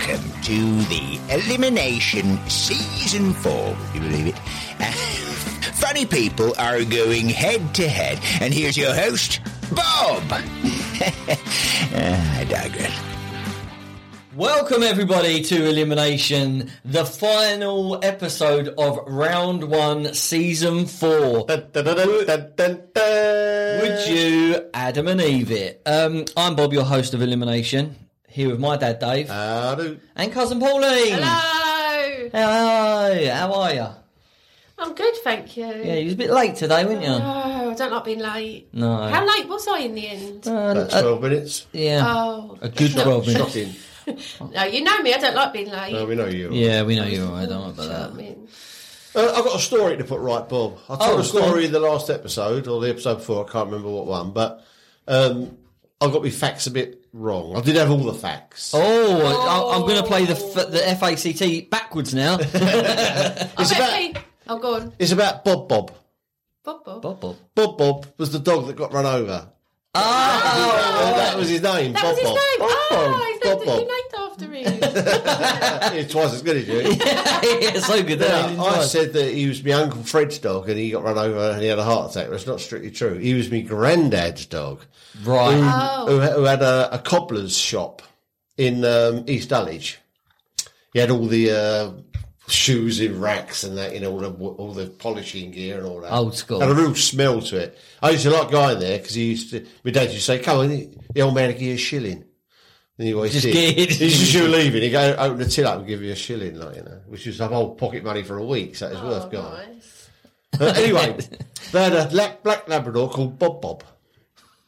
to the Elimination Season 4, would you believe it? funny people are going head to head. And here's your host, Bob. Ah, I digress. Welcome, everybody, to Elimination, the final episode of Round 1, Season 4. Would you, Adam and Eve it? Um, I'm Bob, your host of Elimination, here with my dad, Dave, Uh. and cousin Pauline. Hello. Hello, how are you? I'm good, thank you. Yeah, you was a bit late today, weren't you? No, I don't like being late. No. Uh, How late was I in the end? Uh, About 12 minutes. yeah, oh. a good 12 minutes. Shocking. No, you know me. I don't like being late. No, we know you. Yeah, we know you're alright, don't worry about You know that. what I mean? Uh, I've got a story to put right, Bob. I told Oh, a story in the last episode or the episode before. I can't remember what one, but um, I got my facts a bit wrong. I did have all the facts. Oh, I, I'm going to play the f- the FACT backwards now. I bet about- he- Oh, go on. It's about Bob Bob. Bob, Bob. Bob, Bob. Bob Bob was the dog that got run over. And that was his name. Oh, That Bob was his Bob. name. Bob Ah, he's Bob. named, Bob he Bob. named after him. Yeah, twice as good as you. it's so good. that I Yeah, didn't I know. said that he was my uncle Fred's dog and he got run over and he had a heart attack. That's not strictly true. He was my granddad's dog. right. oh, who, who had a, a cobbler's shop in um, East Dulwich. He had all the uh, shoes in racks and that, you know, all the, all the polishing gear and all that. Old school. Had a real smell to it. I used to like going there because he used to, my dad used to say, come on, the old man will give you a shilling. And he always Just did. get it. He used to leave it. He'd go, open the till up and give you a shilling, like, you know, which was like old pocket money for a week, so it was worth going. Oh, nice. But anyway, they had a black, black Labrador called Bob Bob.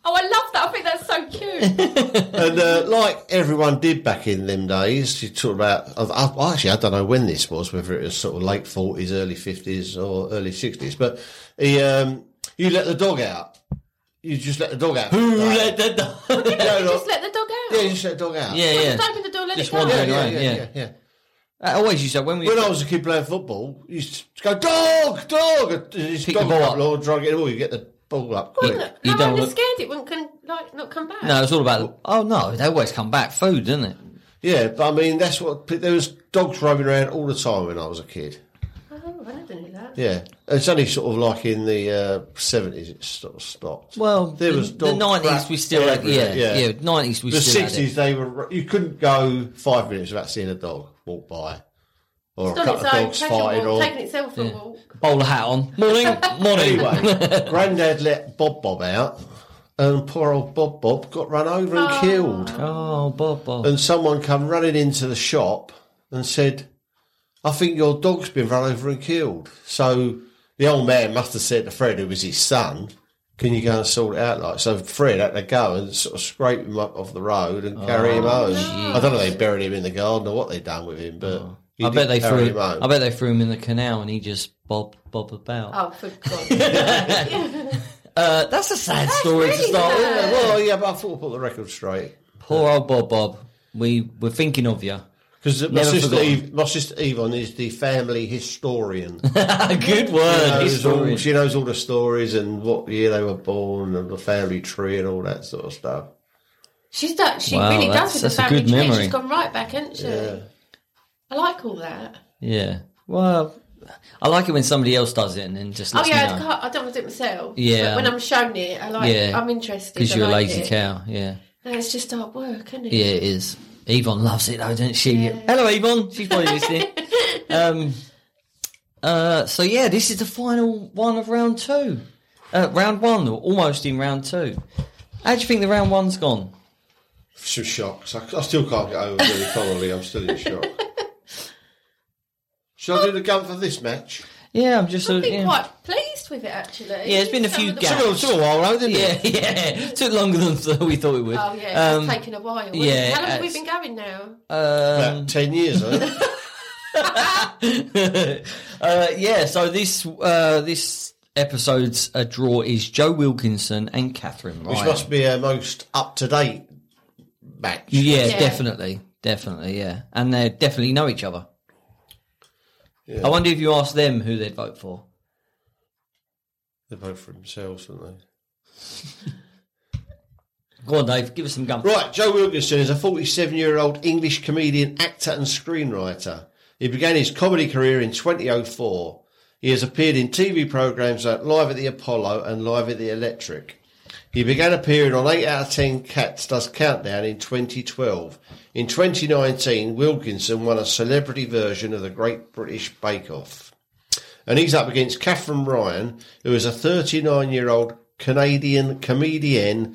Oh, I love that. I think that's so cute. And uh, like everyone did back in them days, you talk about. I, I, actually, I don't know when this was, whether it was sort of late forties, early fifties, or early sixties. But he, um, you let the dog out. You just let the dog out. Who Like, let the dog? you know, like- Just let the dog out. yeah, you just let the dog out. yeah, yeah. Just open the door, let Just it go. one yeah, day. yeah, Right, yeah, yeah. yeah, yeah. I always used that when we. When I was a kid playing football, you used to go dog, dog, and just Pick dog the ball up, up. Lord, drag it all. You get the ball up. quick. Look, You how don't I was look- scared it wouldn't can, like, not come back. no, it's all about. Oh no, they always come back. Food, didn't it? Yeah, but I mean, that's what there was dogs roaming around all the time when I was a kid. Oh, I never knew that. Yeah, it's only sort of like in the uh, seventies it sort of stopped. Well, There was the dog nineties. crap We still had. Yeah, everywhere, yeah. yeah. nineties. We the still had sixties it. they were you couldn't go five minutes without seeing a dog walk by, or It's a on couple of its dogs own, taking, fighting. a walk, Or taking itself for a walk. Bowler hat on. Morning, morning. anyway, Grandad let Bob Bob out, and poor old Bob Bob got run over and killed. Oh, Bob, Bob. And someone come running into the shop and said, "I think your dog's been run over and killed." So the old man must have said to Fred, who was his son, "Can you go and sort it out?" Like so, Fred had to go and sort of scrape him up off the road and carry Oh, him home. I don't know. They buried him in the garden or what they done with him, but he Oh. I bet did they carry threw. him home. I bet they threw him in the canal, and he just bob bob about. Oh, for God's sake. Uh, that's a sad story to really start with. sad. Yeah, well, yeah, but I thought I put the record straight. Poor old Bob, Bob. We were thinking of you. Because my Never sister, forgotten. Eve, my sister Yvonne is the family historian. Good word. knows all- historian. she knows all the stories and what year they were born and the family tree and all that sort of stuff. She's done, she Wow, really that's- does with the that's a family good tree. memory. She's gone right back, hasn't she? I like all that. Yeah. Well, I like it when somebody else does it and then just Oh lets yeah, I, me know. can't, I don't want to do it myself. Yeah. But when I'm shown it, I like. Yeah. I'm interested. Because I you're a like lazy it. cow. Yeah. No, it's just hard work, isn't it? Yeah, it is. Yvonne loves it though, doesn't she? Hello, Yvonne. She's probably listening. um, uh, so yeah, this is the final one of round two. Uh, round one, or almost in round two. How do you think the round one's gone? Some shocks. I, I still can't get over Billy Connolly. I'm still in shock. Shall I do the gun for this match? Yeah, I'm just. I've uh, been yeah. quite pleased with it actually. Yeah, it's been a few gaps. gaps. Took a, took a while, though, didn't yeah, it? yeah. Took longer than we thought it would. Oh yeah, Um, it's taken a while. hasn't yeah, it? How long have we it's- been going now? um, About ten years, I think. uh, yeah, so this uh, this episode's uh, draw is Joe Wilkinson and Catherine which Ryan. must be our most up to date match. yeah, Yeah. definitely, definitely, yeah, and they definitely know each other. I wonder if you asked them who they'd vote for. They're both for themselves, aren't they? Go on, Dave. Give us some gum. Right, Joe Wilkinson is a 47 year old English comedian, actor, and screenwriter. He began his comedy career in 2004. He has appeared in TV programmes like Live at the Apollo and Live at the Electric. He began appearing on 8 out of 10 Cats Does Countdown in 2012. In 2019, Wilkinson won a celebrity version of the Great British Bake Off. And he's up against Catherine Ryan, who is a 39 year old Canadian comedian.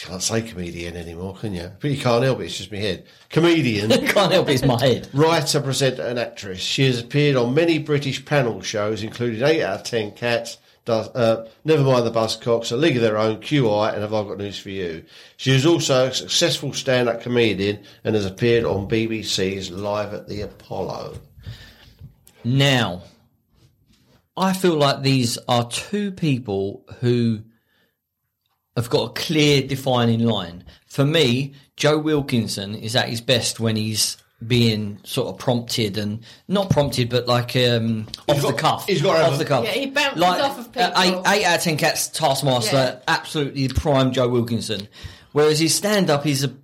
You can't say comedian anymore, can you? But you can't help it, it's just my head. Comedian Can't help it, it's my head. writer, presenter, and actress. She has appeared on many British panel shows, including 8 out of 10 Cats, does, uh, Never Mind the Buzzcocks, A League of Their Own, QI, and Have I Got News for You. She is also a successful stand up comedian and has appeared on BBC's Live at the Apollo. Now, I feel like these are two people who have got a clear defining line. For me, Joe Wilkinson is at his best when he's being sort of prompted and not prompted, but like um, off the got- cuff. he's got to have off the a- cuff. Yeah, he bounces off of uh, people. eight, eight out of ten cats taskmaster, Yeah. absolutely prime Joe Wilkinson. Whereas his stand up is a,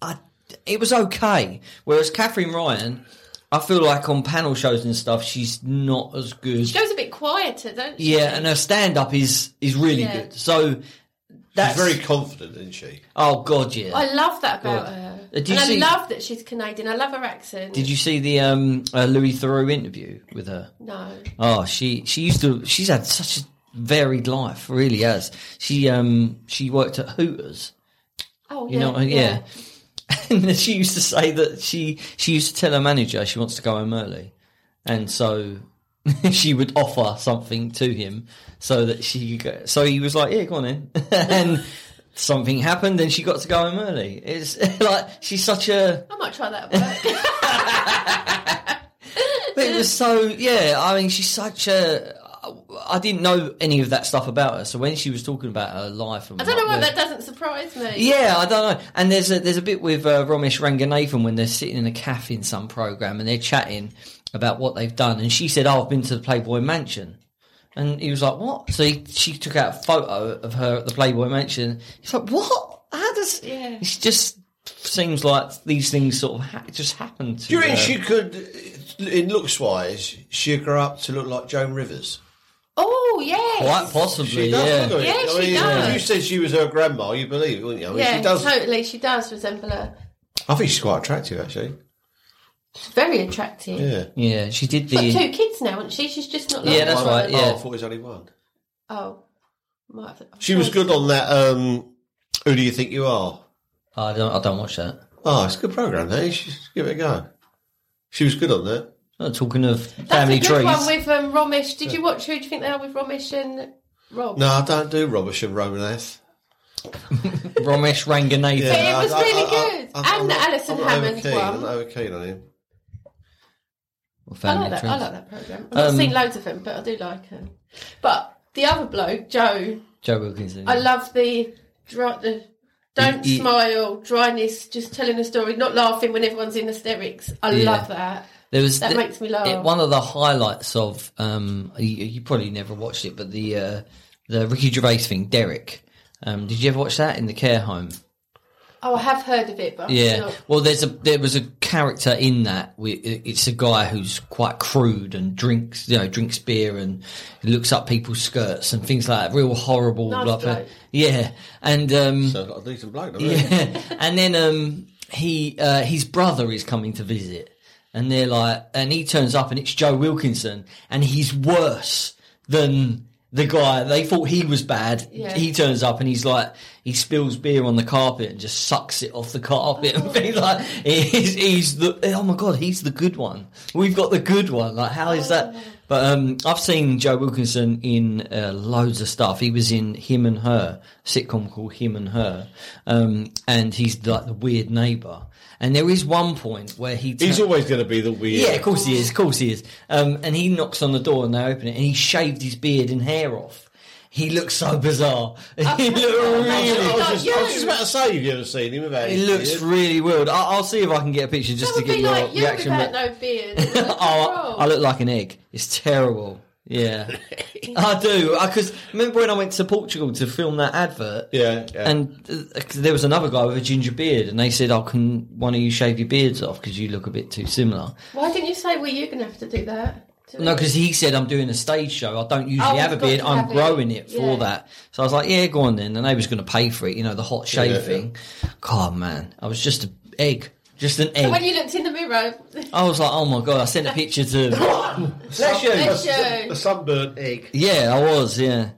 I, it was okay. Whereas Catherine Ryan, I feel like on panel shows and stuff, she's not as good. She goes a bit quieter, don't she? Yeah, and her stand up is is really Yeah. good. So that's She's very confident, isn't she? Oh god, yeah. I love that about God. her. Uh, do you and see- I love that she's Canadian. I love her accent. Did you see the um, uh, Louis Theroux interview with her? No. Oh, she she used to. She's had such a varied life, really has. She um she worked at Hooters. Oh, You yeah, know, uh, yeah. And she used to say that she she used to tell her manager she wants to go home early, and so she would offer something to him so that she could go, so he was like, yeah, go on in, and something happened, and she got to go home early. It's like she's such a I might try that at work. But it was so yeah. I mean, she's such a. I didn't know any of that stuff about her. So when she was talking about her life, and I don't know why what- that doesn't surprise me. Yeah, I don't know. And there's a there's a bit with uh, Ramesh Ranganathan when they're sitting in a cafe in some program and they're chatting about what they've done, and she said, "Oh, I've been to the Playboy Mansion." And he was like, "What?" So he, she took out a photo of her at the Playboy Mansion. He's like, "What? How does?" Yeah. It just seems like these things sort of ha- just happen to. Do you reckon her. she could, in looks wise, she'd grow up to look like Joan Rivers? Oh, yes. Quite She possibly, does, yeah. doesn't it? Yeah, I she mean, does. If you said she was her grandma, you believe it, wouldn't you? I mean, Yeah, she does. totally. She does resemble her. I think she's quite attractive, actually. She's very attractive. Yeah. Yeah, she did She's got the. two kids now, isn't she? She's just not. Yeah, like that's one. right, yeah. Oh, I thought it was only one. Oh, might have, I'm She was sure- good on that. Um, Who do you think you are? I don't. I don't watch that. Oh, it's a good program. That you should give it a go. She was good on that. I'm talking of That's family a good trees. one with um, Romish. Did you watch who do you think they are with Romish and Rob? No, I don't do Rubbish and Romaneth. Ramesh Ranganathan. But it I- was I- really I- good. I- I'm And the not- Alison I'm not over Hammond keen. one. I'm not over keen on him. Or I family like that. trees. I like that program. I've not Um, seen loads of them, but I do like her. But the other bloke, Joe, Joe Wilkinson. I love the dry, the don't Mm. He- he- smile dryness, just telling a story, not laughing when everyone's in hysterics. I Yeah. love that. there was That the- makes me laugh. it- one of the highlights of um, you, you probably never watched it, but the uh, the Ricky Gervais thing, Derek. Um, did you ever watch that in the care home? Oh, I have heard of it, but I'm Yeah. not. Well, there's a there was a character in that. We, it's a guy who's quite crude and drinks, you know, drinks beer and looks up people's skirts and things like that. Real horrible. Nice like, bloke. yeah. And um, Sounds like a decent bloke, doesn't it? Yeah. and then um, he uh, his brother is coming to visit, and they're like, and he turns up, and it's Joe Wilkinson, and he's worse than the guy. They thought he was bad. Yeah. He turns up, and he's like, he spills beer on the carpet and just sucks it off the carpet, and things like, he's, he's the oh my god, he's the good one. We've got the good one. Like, how is that? But um, I've seen Joe Wilkinson in uh, loads of stuff. He was in Him and Her a sitcom called Him and Her, um, and he's like the weird neighbour. And there is one point where he turn- He's always going to be the weird. yeah, of course he is, of course he is. Um, and he knocks on the door and they open it, and he shaved his beard and hair off. He looks so bizarre. he looked I really. was, just, I was just about to say, have you ever seen him? About He looks really weird. I'll, I'll see if I can get a picture That just to would get be your like you reaction. without but- no beard. oh, I look like an egg. It's terrible. Yeah, I do. Because remember when I went to Portugal to film that advert? Yeah, yeah. And uh, 'cause there was another guy with a ginger beard, and they said, "Oh, can one of you shave your beards off because you look a bit too similar?" Why didn't you say, well, you're going to have to do that? to No, it? because he said, I'm doing a stage show. I don't usually Oh, have a you've got beard. to I'm have it. growing it for Yeah. that. So I was like, yeah, go on then. And they was going to pay for it, you know, the hot shave Yeah, yeah. thing. God, man. I was just an egg. Just an When egg. you looked in the mirror, I was like, oh my God. I sent a picture to. Bless you. Bless you. The sunburnt egg, Yeah, I was, yeah.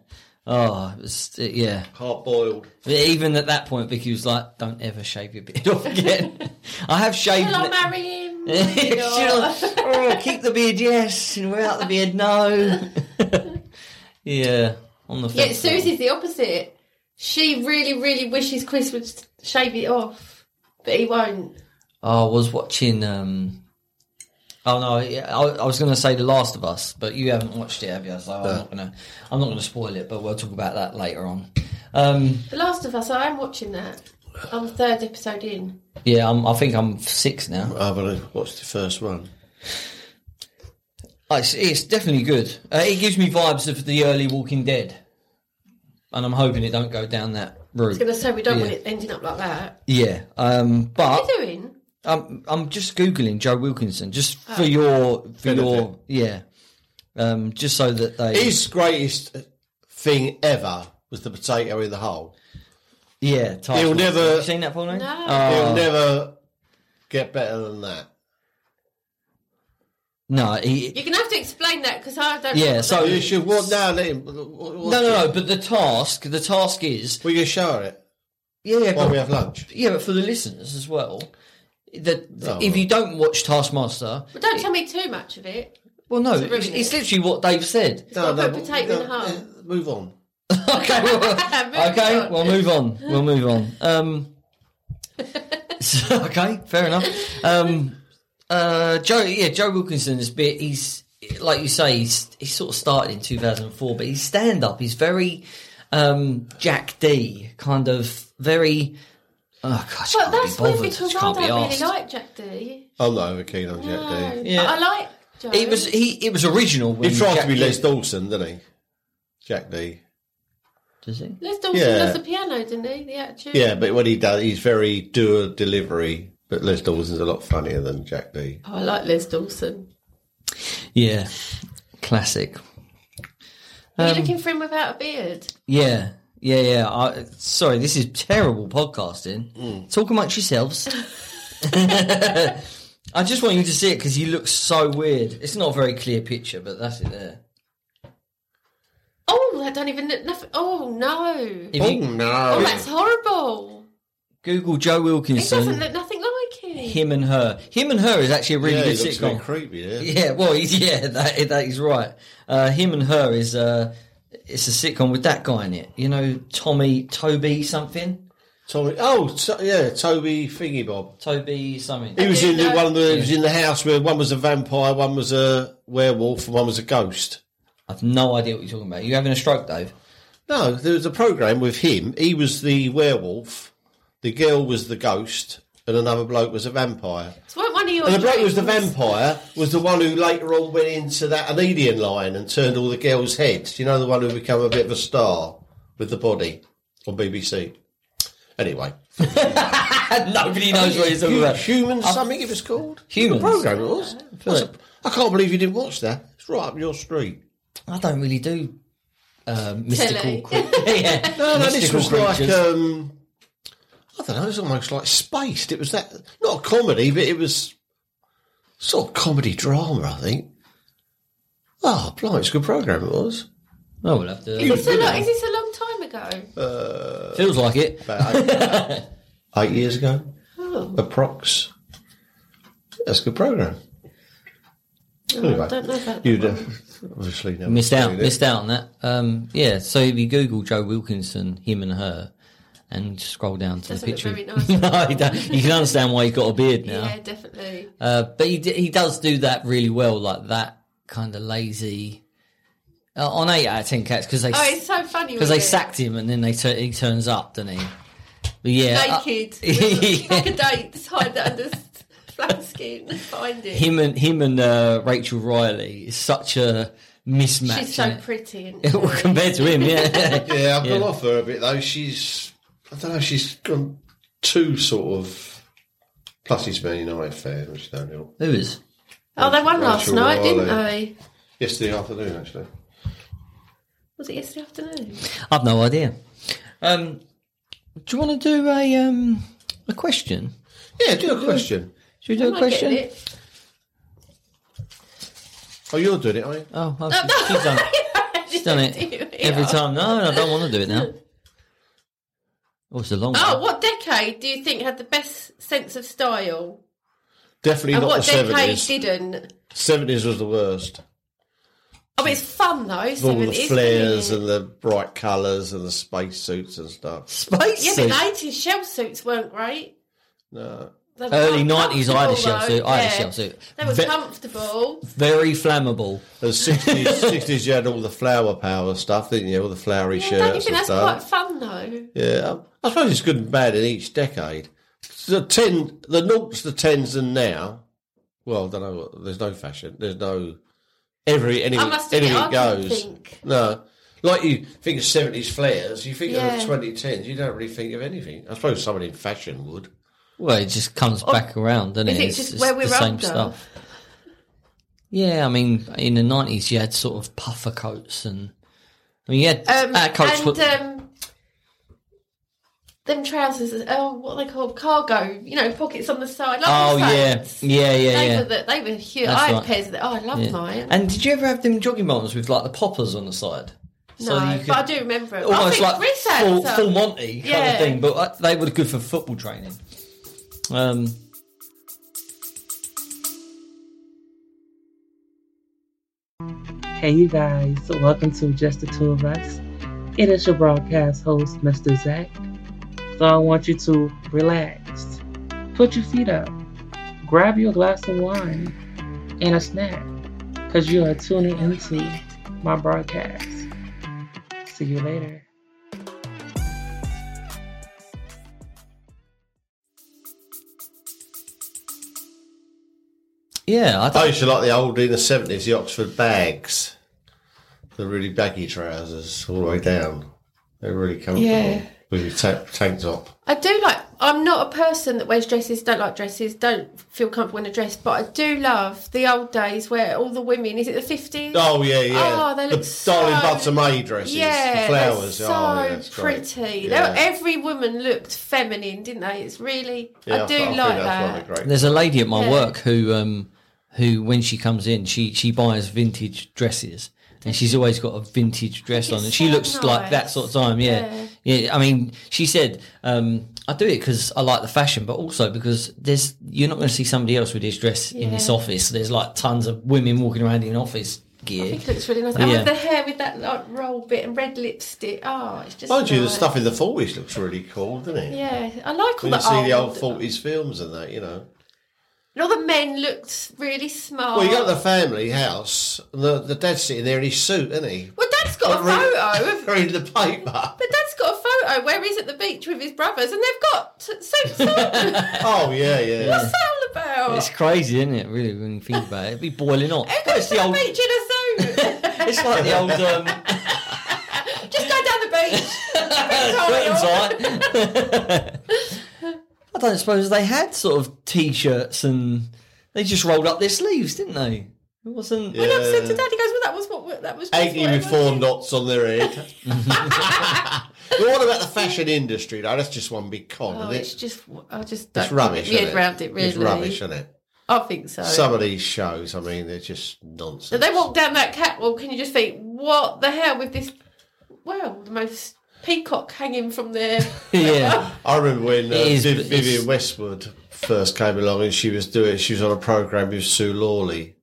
Oh, it was, uh, yeah. hard boiled. But even at that point, Vicky was like, don't ever shave your beard off again. I have shaved will I it. marry him? She You know. was like, "Oh, keep the beard, yes, and without the beard, no. yeah, on the Yeah, fence. Susie's the opposite. She really, really wishes Chris would shave it off, but he won't. I was watching. um Oh no! yeah, I, I was going to say The Last of Us, but you haven't watched it, have you? So I'm not going to. I'm not going to spoil it, but we'll talk about that later on. Um, The Last of Us, I am watching that. I'm the third episode in. yeah, I'm, I think I'm six now. I haven't watched the first one. Oh, It's, it's definitely good. Uh, it gives me vibes of the early Walking Dead, and I'm hoping it don't go down that route. I was going to say we don't want Yeah. it ending up like that. Yeah, um, but What are you doing? I'm I'm just googling Joe Wilkinson just Oh. for your for your yeah, um, just so that they His greatest thing ever was the potato in the hole. yeah. Title. He'll never- you seen that Paul? No. He'll Oh, never get better than that. no, he, You're going to have to explain that because I don't. yeah. So You no, should what now? Let him. What, no, no. But the task, the task is Will you shower it yeah, yeah, while but, we have lunch? yeah, but for the listeners as well. That Oh, if well. you don't watch Taskmaster, But don't tell me too much of it. well, no, It's a it's, ruin, it's isn't literally what Dave said. got a bit potato in the hole. eh, Move on. okay, well, Moving okay, on. we'll move on. We'll move on. Um, so- okay, fair enough. Um, uh, Joe, yeah, Joe Wilkinson's bit. He's like you say. He's he sort of started in 2004, but his stand up is very um, Jack D kind of very. Oh gosh, But can't that's be weird bothered. because Just I can't don't be really asked. like Jack D. I'm not over keen on No, Jack D. Yeah. but I like Joe. It was he. It was original. When He tried Jack to be D- Les Dawson, didn't he? Jack D. Does he? Les Dawson Yeah. does the piano, didn't he? The attitude. Yeah, but what he does, he's very doer delivery. But Les Dawson's a lot funnier than Jack D. Oh, I like Les Dawson. Yeah, classic. Are you looking for him without a beard? Yeah, yeah, yeah. I, sorry, this is terrible podcasting. Mm. Talk amongst yourselves. I just want you to see it because you look so weird. It's not a very clear picture, but that's it there. Oh, I don't even look nothing. Oh no! If Oh you Oh, no! that's horrible. Google Joe It doesn't Wilkinson, look nothing like him. him and her. Him and her is actually a really yeah, good he looks a bit sitcom. creepy. Yeah. Yeah, well, he's- yeah, that that is right. Uh, him and her is uh, it's a sitcom with that guy in it. You know, Tommy Toby something, Tommy. Oh, to, yeah, Toby Thingy Bob. Toby something. He was in the, Yeah. one. Of the, He was in the house where one was a vampire, one was a werewolf, and one was a ghost. I've no idea what you're talking about. You having a stroke, Dave? No, there was a program with him. He was the werewolf, the girl was the ghost, and another bloke was a vampire. It's not one of your. And the bloke who was the dreams. vampire was the one who later on went into that Anedian line and turned all the girls' heads. You know, the one who became a bit of a star with the body on BBC. Anyway, Nobody knows what he's talking Hu- about. Uh, Human something it was called. Humans. The program it was. That's a- I can't believe you didn't watch that. It's right up your street. I don't really do uh, mystical Telly. creatures. yeah. No, no, this mystical was like um, I don't know. It was almost like spaced. It was that not a comedy, but it was sort of comedy drama. I think. Oh, blimey, it's a good program. It was. Oh, we'll have to. uh, Is this, a lo- is this a long time ago? Feels like it. about eight, eight years ago, oh, approx. That's a good program. I don't know about. You'd uh, obviously never Missed out. seen it. Missed out on that. Um, yeah. So if you Google Joe Wilkinson, him and her, and scroll down to Doesn't the look picture. very nice. no, he don't- you can understand why he's got a beard now. Yeah, definitely. Uh, but he d- he does do that really well, like that kind of lazy. Uh, on eight out of ten cats because they Oh, it's so funny because wasn't they it? sacked him and then they tur he turns up, doesn't he? But yeah, naked. uh, Like a date, just hide that under s- flat skin, find it. him and him and uh, Rachel Riley is such a mismatch. She's so in it. pretty. And Well, compared to him, yeah. Yeah, I've gone Yeah. off her a bit though. She's I don't know. She's gone too sort of. Plus, he's Man United fan, which don't help. Who is? oh, they won Rachel last night, didn't Riley. they? Yesterday afternoon, actually. Was it yesterday afternoon? I've no idea. Um, do you want to do a um, a question? Yeah, do a question. Should we do a Am I getting question? it? Oh, you're doing it, are you? Oh, oh, she's, she's done. She's done it every time. No, no, I don't want to do it now. Oh, it's a long Oh, one. what decade do you think had the best sense of style? Definitely And not the what decade seventies. didn't? Seventies was the worst. Oh, but it's fun though. All the 70s, flares isn't it? and the bright colours and the spacesuits and stuff. Space Yeah, suit. but the eighties shell suits weren't great. No. They were Early com- 90s, I had a comfortable, shell though, suit. I had a yeah. shell suit. They were Ve- comfortable. Very flammable. The sixties, sixties, you had all the flower power stuff, didn't you? All the flowery Yeah, don't you shirts think and that's stuff. quite fun though? Yeah, I suppose it's good and bad in each decade. The ten, the noughts, the tens, and now. Well, I don't know. what- There's no fashion. There's no every anything. I must admit, anything I didn't goes. think. No, like you think of seventies flares, you think of Yeah. the twenty tens. You don't really think of anything. I suppose someone in fashion would. Well, it just comes back around, doesn't is it? it just where we're the same older? stuff. Yeah, I mean, in the nineties, you had sort of puffer coats, and I mean, you had Um, our coats and were um, them trousers, oh, what are they called? Cargo, you know, pockets on the side. Like oh the yeah, sides. yeah, yeah, They, yeah. Were the, they were huge. That's I had right. pairs of that. Oh, I love yeah. mine. And did you ever have them jogging bottoms with like the poppers on the side? no, but I do remember it. I almost think like Chris had full, some. full Monty kind Yeah. of thing, but uh, they were good for football training. Um, Hey, you guys, welcome to Just the Two of Us. It is your broadcast host, Mr. Zach. So I want you to relax, put your feet up, grab your glass of wine and a snack, because you are tuning into my broadcast. See you later. yeah, I I thought used to like the old in the seventies, the Oxford bags, the really baggy trousers all the way down. They're really comfortable Yeah. with your ta- tank top. I do like. I'm not a person that wears dresses. Don't like dresses. Don't feel comfortable in a dress. But I do love the old days where all the women. Is it the fifties? Oh yeah, yeah. Oh, they the look so- darling buds of May dresses, yeah, the flowers. They're so oh, yeah, it's great. pretty. Yeah. They were- every woman looked feminine, didn't they? It's really. Yeah, I do think like that's one of that. the great- There's a lady at my Yeah. work who, um, who when she comes in, she she buys vintage dresses, and she's always got a vintage dress It's on, and she so looks like that nice. sort of time. Yeah, yeah. I mean, she said, um, "I do it because I like the fashion, but also because there's you're not going to see somebody else with this dress in this Yeah. office. There's like tons of women walking around in office I gear. think it looks really nice. And Yeah. with the hair with that like roll bit and red lipstick. Oh, it's just. Mind you, the nice. stuff in the forties looks really cool, doesn't it? Yeah, I like all When the you see old. the old forties films and that, you know. and all the men looked really smart. Well, you go to the family house, and the, the dad's sitting there in his suit, isn't he? Well, Dad's got a photo of reading the paper. But Dad's got a photo where he's at the beach with his brothers, and they've got t- suits on. What's Oh yeah, yeah. that all about? It's crazy, isn't it? Really, when you think about it, it'd be boiling hot. Who But it's goes to the the old. beach in a suit? It's like the old. Um, Just go down the beach. curtains on. I don't suppose they had sort of t-shirts and they just rolled up their sleeves, didn't they? It wasn't. Yeah. Dad said to Dad, he goes, "Well, that was what that was." just Agony what with everyone four did." knots on their head. but what about the fashion industry? though? that's just one big con, Oh, isn't it? it's just I just don't It's rubbish. get my isn't head round it really. It's rubbish, isn't it? I think Oh, so. Some of these shows, I mean, they're just nonsense. But they walk down that catwalk, and you just think, "What the hell with this?" Well, the most peacock hanging from there. Yeah. I remember when uh, It is, Viv- but it's- Vivian Westwood first came along, and she was doing. She was on a program with Sue Lawley,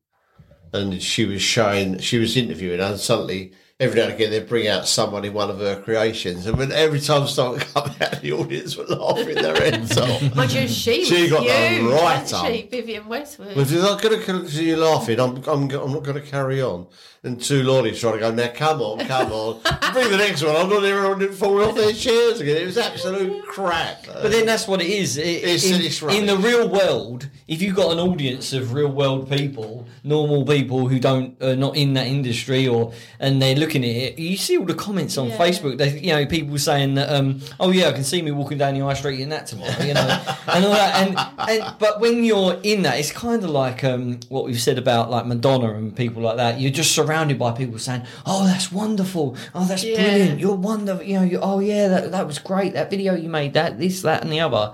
and she was showing. She was interviewing, and suddenly every now and again they'd bring out someone in one of her creations, and when every time someone come out, the audience were laughing their heads off. Mind you, she She was got the huge, right wasn't up. she, Vivian Westwood. Well, if you're not going to continue laughing, I'm, I'm, I'm not going to carry on. And two lorries trying to go, now come on, come on. Bring the next one. I'm not hearing everyone falling off their chairs again. It was absolute crap. But then that's what it is. It- It's- in, it's rubbish. in the real world, if you've got an audience of real world people, normal people who don't are not in that industry, or and they're looking at it, you see all the comments on Yeah. Facebook. They, you know, people saying that, um, oh yeah, I can see me walking down the high street in that tomorrow, you know, and all that. And, and but when you're in that, it's kind of like um, what we've said about like Madonna and people like that. You're just surrounded by people saying, oh, that's wonderful, oh, that's Yeah. brilliant, you're wonderful. You know, you, oh yeah, that, that was great. That video you made, that this, that, and the other.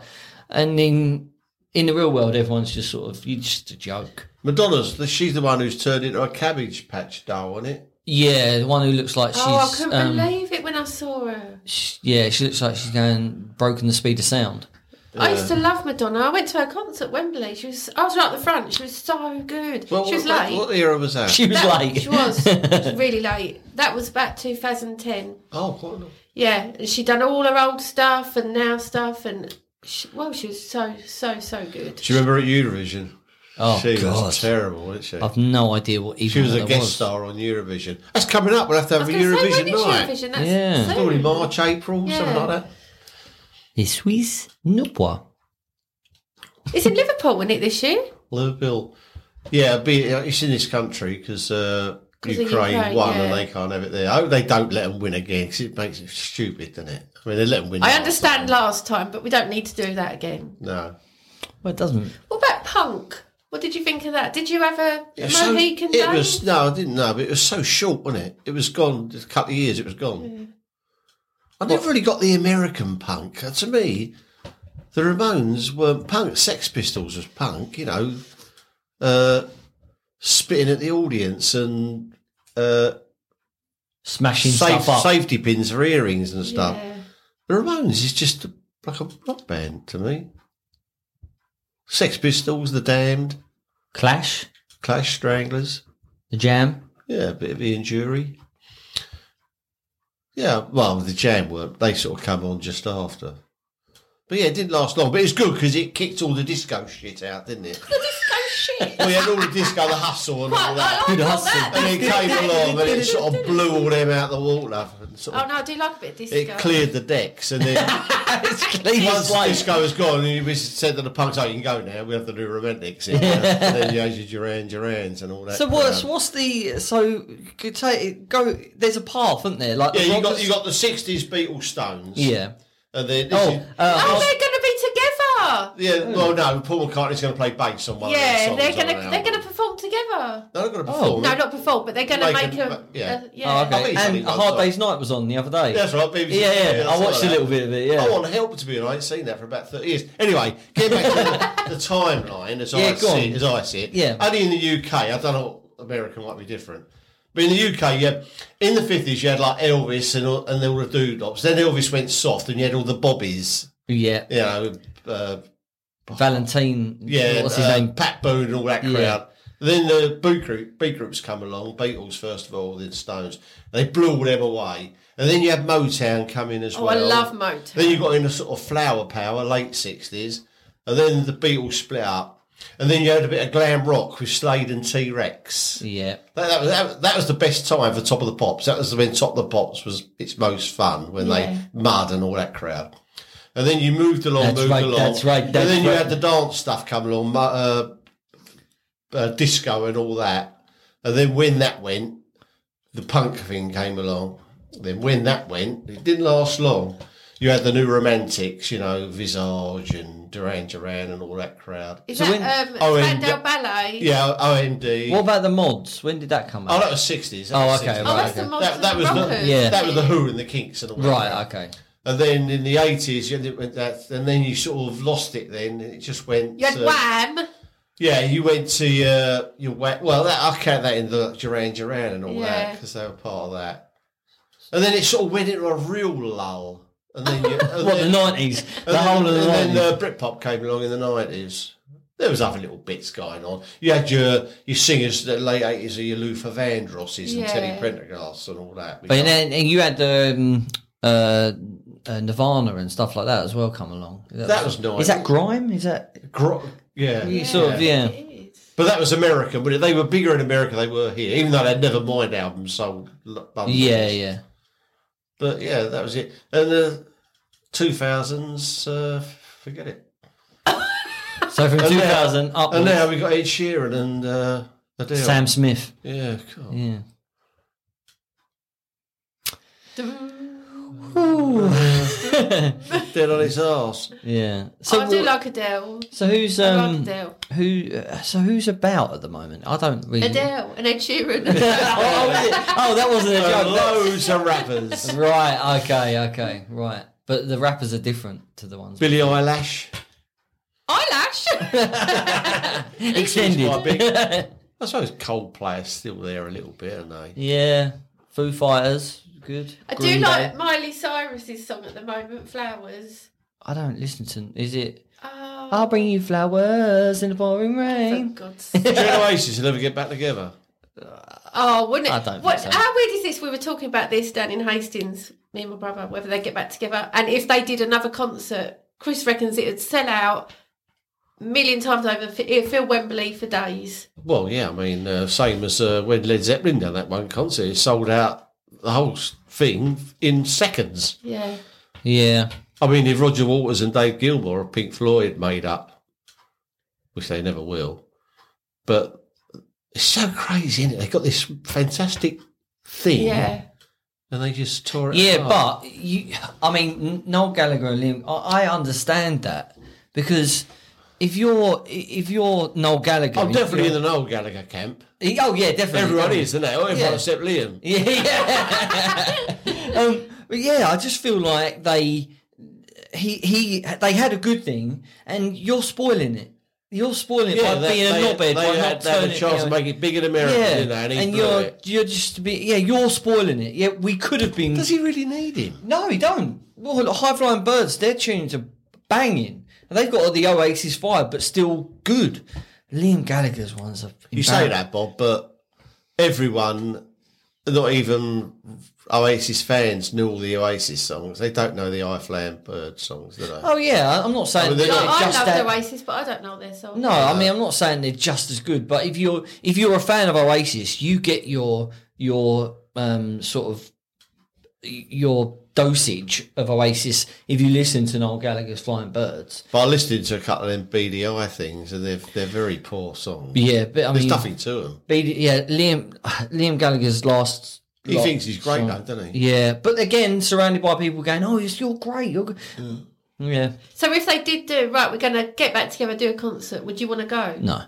And in in the real world, everyone's just sort of you're just a joke. Madonna's, the, she's the one who's turned into a cabbage patch doll, isn't it? Yeah, the one who looks like she's. oh, I couldn't um, believe it when I saw her. sh- yeah, she looks like she's going broken the speed of sound. I used to love Madonna. I went to her concert at Wembley. She was I was right at the front. She was so good. she what, was late. What, era was that? She was That- late. She was. She was really late. That was about 2010. oh, quite a- Yeah, and she done all her old stuff and now stuff and she, well, she was so so so good. Do you remember at Eurovision? oh she god, was terrible, wasn't she? I've no idea what even she was a that guest star on Eurovision. That's coming up. We'll have to I have was a gonna say, Eurovision when is night. Eurovision? That's Yeah. soon. Probably March, April, something Yeah. like that. Les Suisses no bois. It's in Liverpool, isn't it this year? Liverpool. Yeah, it'd be, it's in this country because uh, 'Cause of Ukraine, Ukraine, won yeah. and they can't have it there. I hope they don't let them win again because it makes it stupid, doesn't it? I mean, they let them win. I last time. understand last time, but we don't need to do that again. No. Well, it doesn't. What about punk? What did you think of that? Did you have a It was so- Mohican it day? was no, I didn't know, but it was so short, wasn't it? It was gone. just A couple of years, it was gone. I never really got the American punk. Uh, To me, the Ramones weren't punk. Sex Pistols was punk, you know, uh, spitting at the audience and uh, Smashing Safe, stuff up. safety pins for earrings and stuff. Yeah. The Ramones is just a, like a rock band to me. Sex Pistols, The Damned, Clash, Clash, Stranglers. the Jam. Yeah, a bit of Ian Jury. Yeah, well, the Jam were they sort of come on just after. But yeah, it didn't last long. But it's good because it kicked all the disco shit out, didn't it? The disco Oh, shit. we had all the disco, the hustle, and Quite- all that. I like Good all hustle. that. And it came along and it sort of blew all them out the water. And sort Oh of, no, I do like a bit of disco. it cleared the decks and then. it's clean Once as like disco was gone, and we said to the punks, "Oh, you can go now. We have to do romantics." In, and then you had your Duran Durans and all that. So what's crowd. what's the so could take go? There's a path, isn't there? Like Yeah, you got Rockers- you got the '60s Beatles, Stones. yeah. And then this Oh, is- Oh, uh, hmm. they're going to be together. yeah. Well, no, Paul McCartney's going to play bass on one Yeah, of their they're songs. going to on they're an going to album. perform together. They're not going to Oh. perform. No, it. not perform, but they're going to Make make, a- a, yeah. a- oh, I okay. think it's only And a one Hard song. Day's Night was on the other day. That's right. BBC yeah, yeah. I saw watched a that. Oh, little bit of it. Yeah. I want help to be and I ain't seen that for about 30 years. Anyway, get back to the, the timeline as, Yeah, I go see, on. as I see it. Yeah. Only in the UK, I don't know, America might be different. But in the UK, you had, in the 50s, you had like Elvis and, all- and all the doodops. Then Elvis went soft and you had all the bobbies, yeah. you know, uh, Valentine. yeah, What's his uh, name? Pat Boone and all that crowd. Yeah. Then the B group, B groups come along, Beatles first of all, then Stones. They blew all them away, and then you had Motown come in as Oh, I well. love Motown. Then you got in a sort of flower power, late sixties, and then the Beatles split up, and then you had a bit of glam rock with Slade and T Rex. Yeah. That, that, was- that, that was the best time for Top of the Pops. That was when Top of the Pops was its most fun when Yeah. they mud and all that crowd. And then you moved along, That's moved right, along. that's right, that's and then right. you had the dance stuff come along, mu- uh, uh, disco and all that. And then when that went, the punk thing came along. Then when that went, it didn't last long. You had the new romantics, you know, Visage and Duran Duran and all that crowd. Is So that when- um, Oh, and Spandau the- Ballet? Yeah, OMD. What about the mods? When did that come Oh, out? that was sixties. Oh, okay, Oh, right, that's the okay. Monsters That, that and was the Rockers. Yeah. that was the Who and the Kinks and all that. right. Okay. And then in the eighties, you ended with that, and then you sort of lost it. Then it just went. You had to- Wham. Yeah, you went to uh, your wet. Well, that, I count that in the Duran Duran and all that Yeah. because they were part of that. And then it sort of went into a real lull. And then you, and What the then, nineties? and The then- whole of the and then nineties. uh, Britpop came along in the nineties. There was other little bits going on. You had your your singers the late eighties, your Luther Vandrosses and Teddy Yeah. Pendergrass and all that. But then and you had the um, uh, uh, Nirvana and stuff like that as well come along. That was nice. Is that grime? Is that Gro- yeah, you sort of yeah? But that was American. But they were bigger in America. than They were here, even though they had Nevermind albums sold. lo- bundles. Yeah, yeah. But yeah, that was it. And the two thousands, uh, forget it. So from And two now- thousand up, And now we got Ed Sheeran and uh, Adele. Sam Smith. Yeah, God. Yeah. dead on his ass. yeah. So So I do wh- like Adele. so who's I like um Adele. who uh, so who's about at the moment? I don't really. Adele and Ed Sheeran. oh, oh, was it? Oh, that wasn't a Uh, joke. That- loads of rappers. Right. Okay. Okay. Right. But the rappers are different to the ones Billie Eilish. Eyelash. extended. Quite big. I suppose Coldplay is still there a little bit, aren't they? Yeah. Foo Fighters. Good. I do Green Day. like Miley Cyrus's song at the moment, Flowers. I don't listen to. Is it? Oh, I'll bring you flowers in the pouring for rain. God's sake. Do you know Oasis will never get back together? Oh, wouldn't it? I don't think what, so. How weird is this? We were talking about this down in Hastings, me and my brother, whether they get back together. And if they did another concert, Chris reckons it would sell out a million times over. It'd fill Wembley for days. Well, yeah, I mean, uh, same as uh, when Led Zeppelin done that one concert, it sold out the whole s- thing in seconds. Yeah. Yeah. I mean, if Roger Waters and Dave Gilmour of Pink Floyd made up, which they never will, but it's so crazy, isn't it? They got this fantastic thing, Yeah. and they just tore it. Yeah, apart. but you, I mean, Noel Gallagher and Liam, I, I understand that because if you're if you're Noel Gallagher, I'm and Oh, definitely in you're- the Noel Gallagher camp. Oh yeah, definitely. Everyone is, isn't they? Oh, everyone Yeah. except Liam. Yeah, yeah. um, but yeah, I just feel like they he he they had a good thing, and you're spoiling it. You're spoiling it by they- being a they- knobhead. they by had, not they had turning a chance down. to make it big in America, yeah, didn't they? And, he and blew you're it. you're just be yeah you're spoiling it. Yeah, we could have been. Does he really need him? No, he don't. Well, High Flying Birds, their tunes are banging. And they've got the Oasis vibe, but still good. Liam Gallagher's ones are. You say that, Bob, but everyone, not even Oasis fans, knew all the Oasis songs. They don't know the I Flying Bird songs, do they? Oh yeah, I'm not saying Oh, they're they're not- I just love that. Oasis, but I don't know their song. No, I mean I'm not saying they're just as good, but if you're if you're a fan of Oasis, you get your your um sort of your dosage of Oasis if you listen to Noel Gallagher's Flying Birds. But I listened to a couple of them BDI things, and they're they're very poor songs. Yeah, but I There's mean, nothing to them. BD yeah, Liam Liam Gallagher's last. He lot- thinks he's great, though, doesn't he? Yeah, but again, surrounded by people going, "Oh, yes, you're great." You're good. Yeah, So if they did do, right, we're going to get back together, do a concert, would you want to go? no,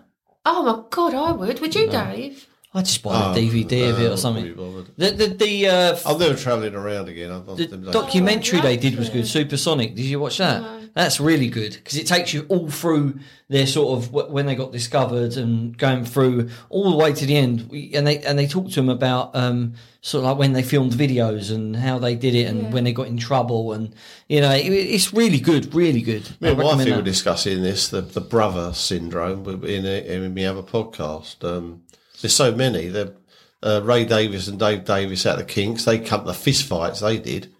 Oh my God, I would. Would you, Dave? I just buy Oh, a DVD of no, it or I'm something. not really bothered. The the the, uh, f- I'm never travelling around again. I've, I've the been- documentary Oh, they did was good. Supersonic. Did you watch that? That's really good because it takes you all through their sort of wh- when they got discovered and going through all the way to the end. We- And they and they talked to them about um, sort of like when they filmed videos and how they did it and when they got in trouble and you know it, it's really good, really good. Me and I recommend wifey were that. discussing this, the, the brother syndrome, with- in a, in my other podcast. Um, there's so many. The uh, Ray Davis and Dave Davis out of the Kinks, they come the fist fights they did.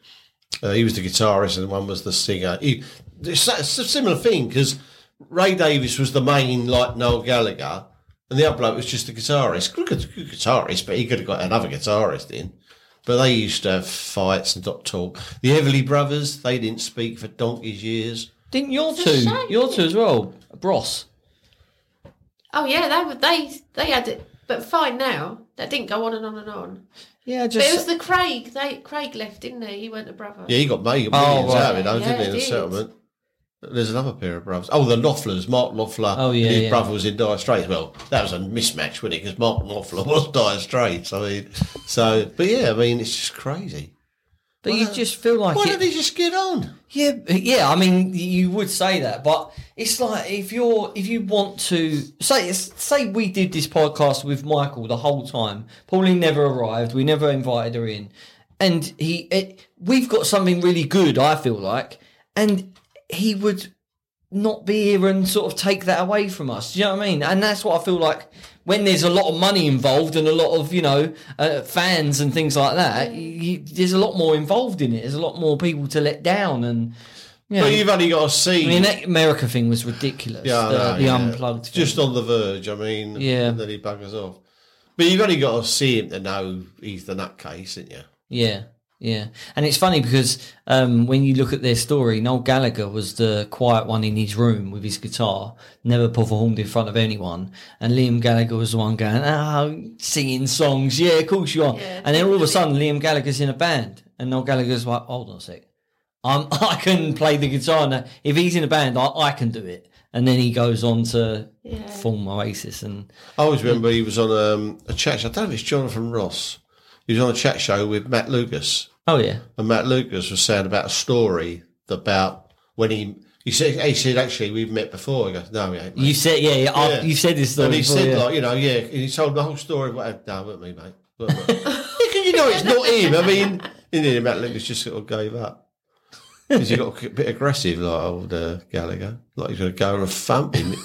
Uh, he was the guitarist and one was the singer. He, it's, a- it's a similar thing because Ray Davis was the main, like Noel Gallagher, and the other bloke was just the guitarist. Good, good, good guitarist, but he could have got another guitarist in. But they used to have fights and not talk. The Everly brothers, they didn't speak for donkey's years. Didn't your a two? shame, Your isn't two as well. Bros. Oh yeah, they were- they they had it, but fine now. That didn't go on and on and on. Yeah, But it just was the Craig. They Craig left, didn't he? He weren't a brother. Yeah, he got made he got Oh, millions right. out of it, though, Yeah, didn't he? he In the did. settlement. There's another pair of brothers. Oh, the Lofflers, Mark Loffler. Oh, yeah, and his yeah. brother was in Dire Straits. Well, that was a mismatch, wasn't it? Because Mark Loffler was Dire Straits. I mean, so but yeah, I mean, it's just crazy. but you just feel like Why it, don't they just get on? Yeah, but- yeah. I mean, you would say that, but it's like if you're if you want to say say we did this podcast with Michael the whole time. Pauline never arrived. We never invited her in, and he it, we've got something really good. I feel like, and he would not be here and sort of take that away from us. Do you know what I mean? And that's what I feel like when there's a lot of money involved and a lot of you know uh, fans and things like that. You, there's a lot more involved in it. There's a lot more people to let down and. You know, But you've only got to see. I mean, that America thing was ridiculous. yeah, I the, know, the yeah. unplugged. thing. Just on the verge. I mean, Yeah. And then he buggers off. But you've only got to see him to know he's the nutcase, isn't you? Yeah, yeah. And it's funny because um, when you look at their story, Noel Gallagher was the quiet one in his room with his guitar, never performed in front of anyone. And Liam Gallagher was the one going, oh, singing songs. Yeah, of course you are. Yeah. and then all of a sudden, Liam Gallagher's in a band. And Noel Gallagher's like, hold on a sec. I'm, I can play the guitar now. If he's in a band, I, I can do it. And then he goes on to Yeah. form Oasis. And I always remember he was on um, a chat show. I don't know if it's Jonathan Ross. He was on a chat show with Matt Lucas. oh, yeah. And Matt Lucas was saying about a story about when he. He said, he said, actually, we've met before. He goes, no, we ain't. mate." You said, yeah, yeah, I've- Yeah. you've said this story. and he before, said, yeah. like, you know, yeah, and he told the whole story. What, happened. no, it wasn't me, mate. Weren't me. you know, it's not him. I mean, in the end, Matt Lucas just sort of gave up because he got a bit aggressive, like old uh, Gallagher. Like he's going to go and thump him.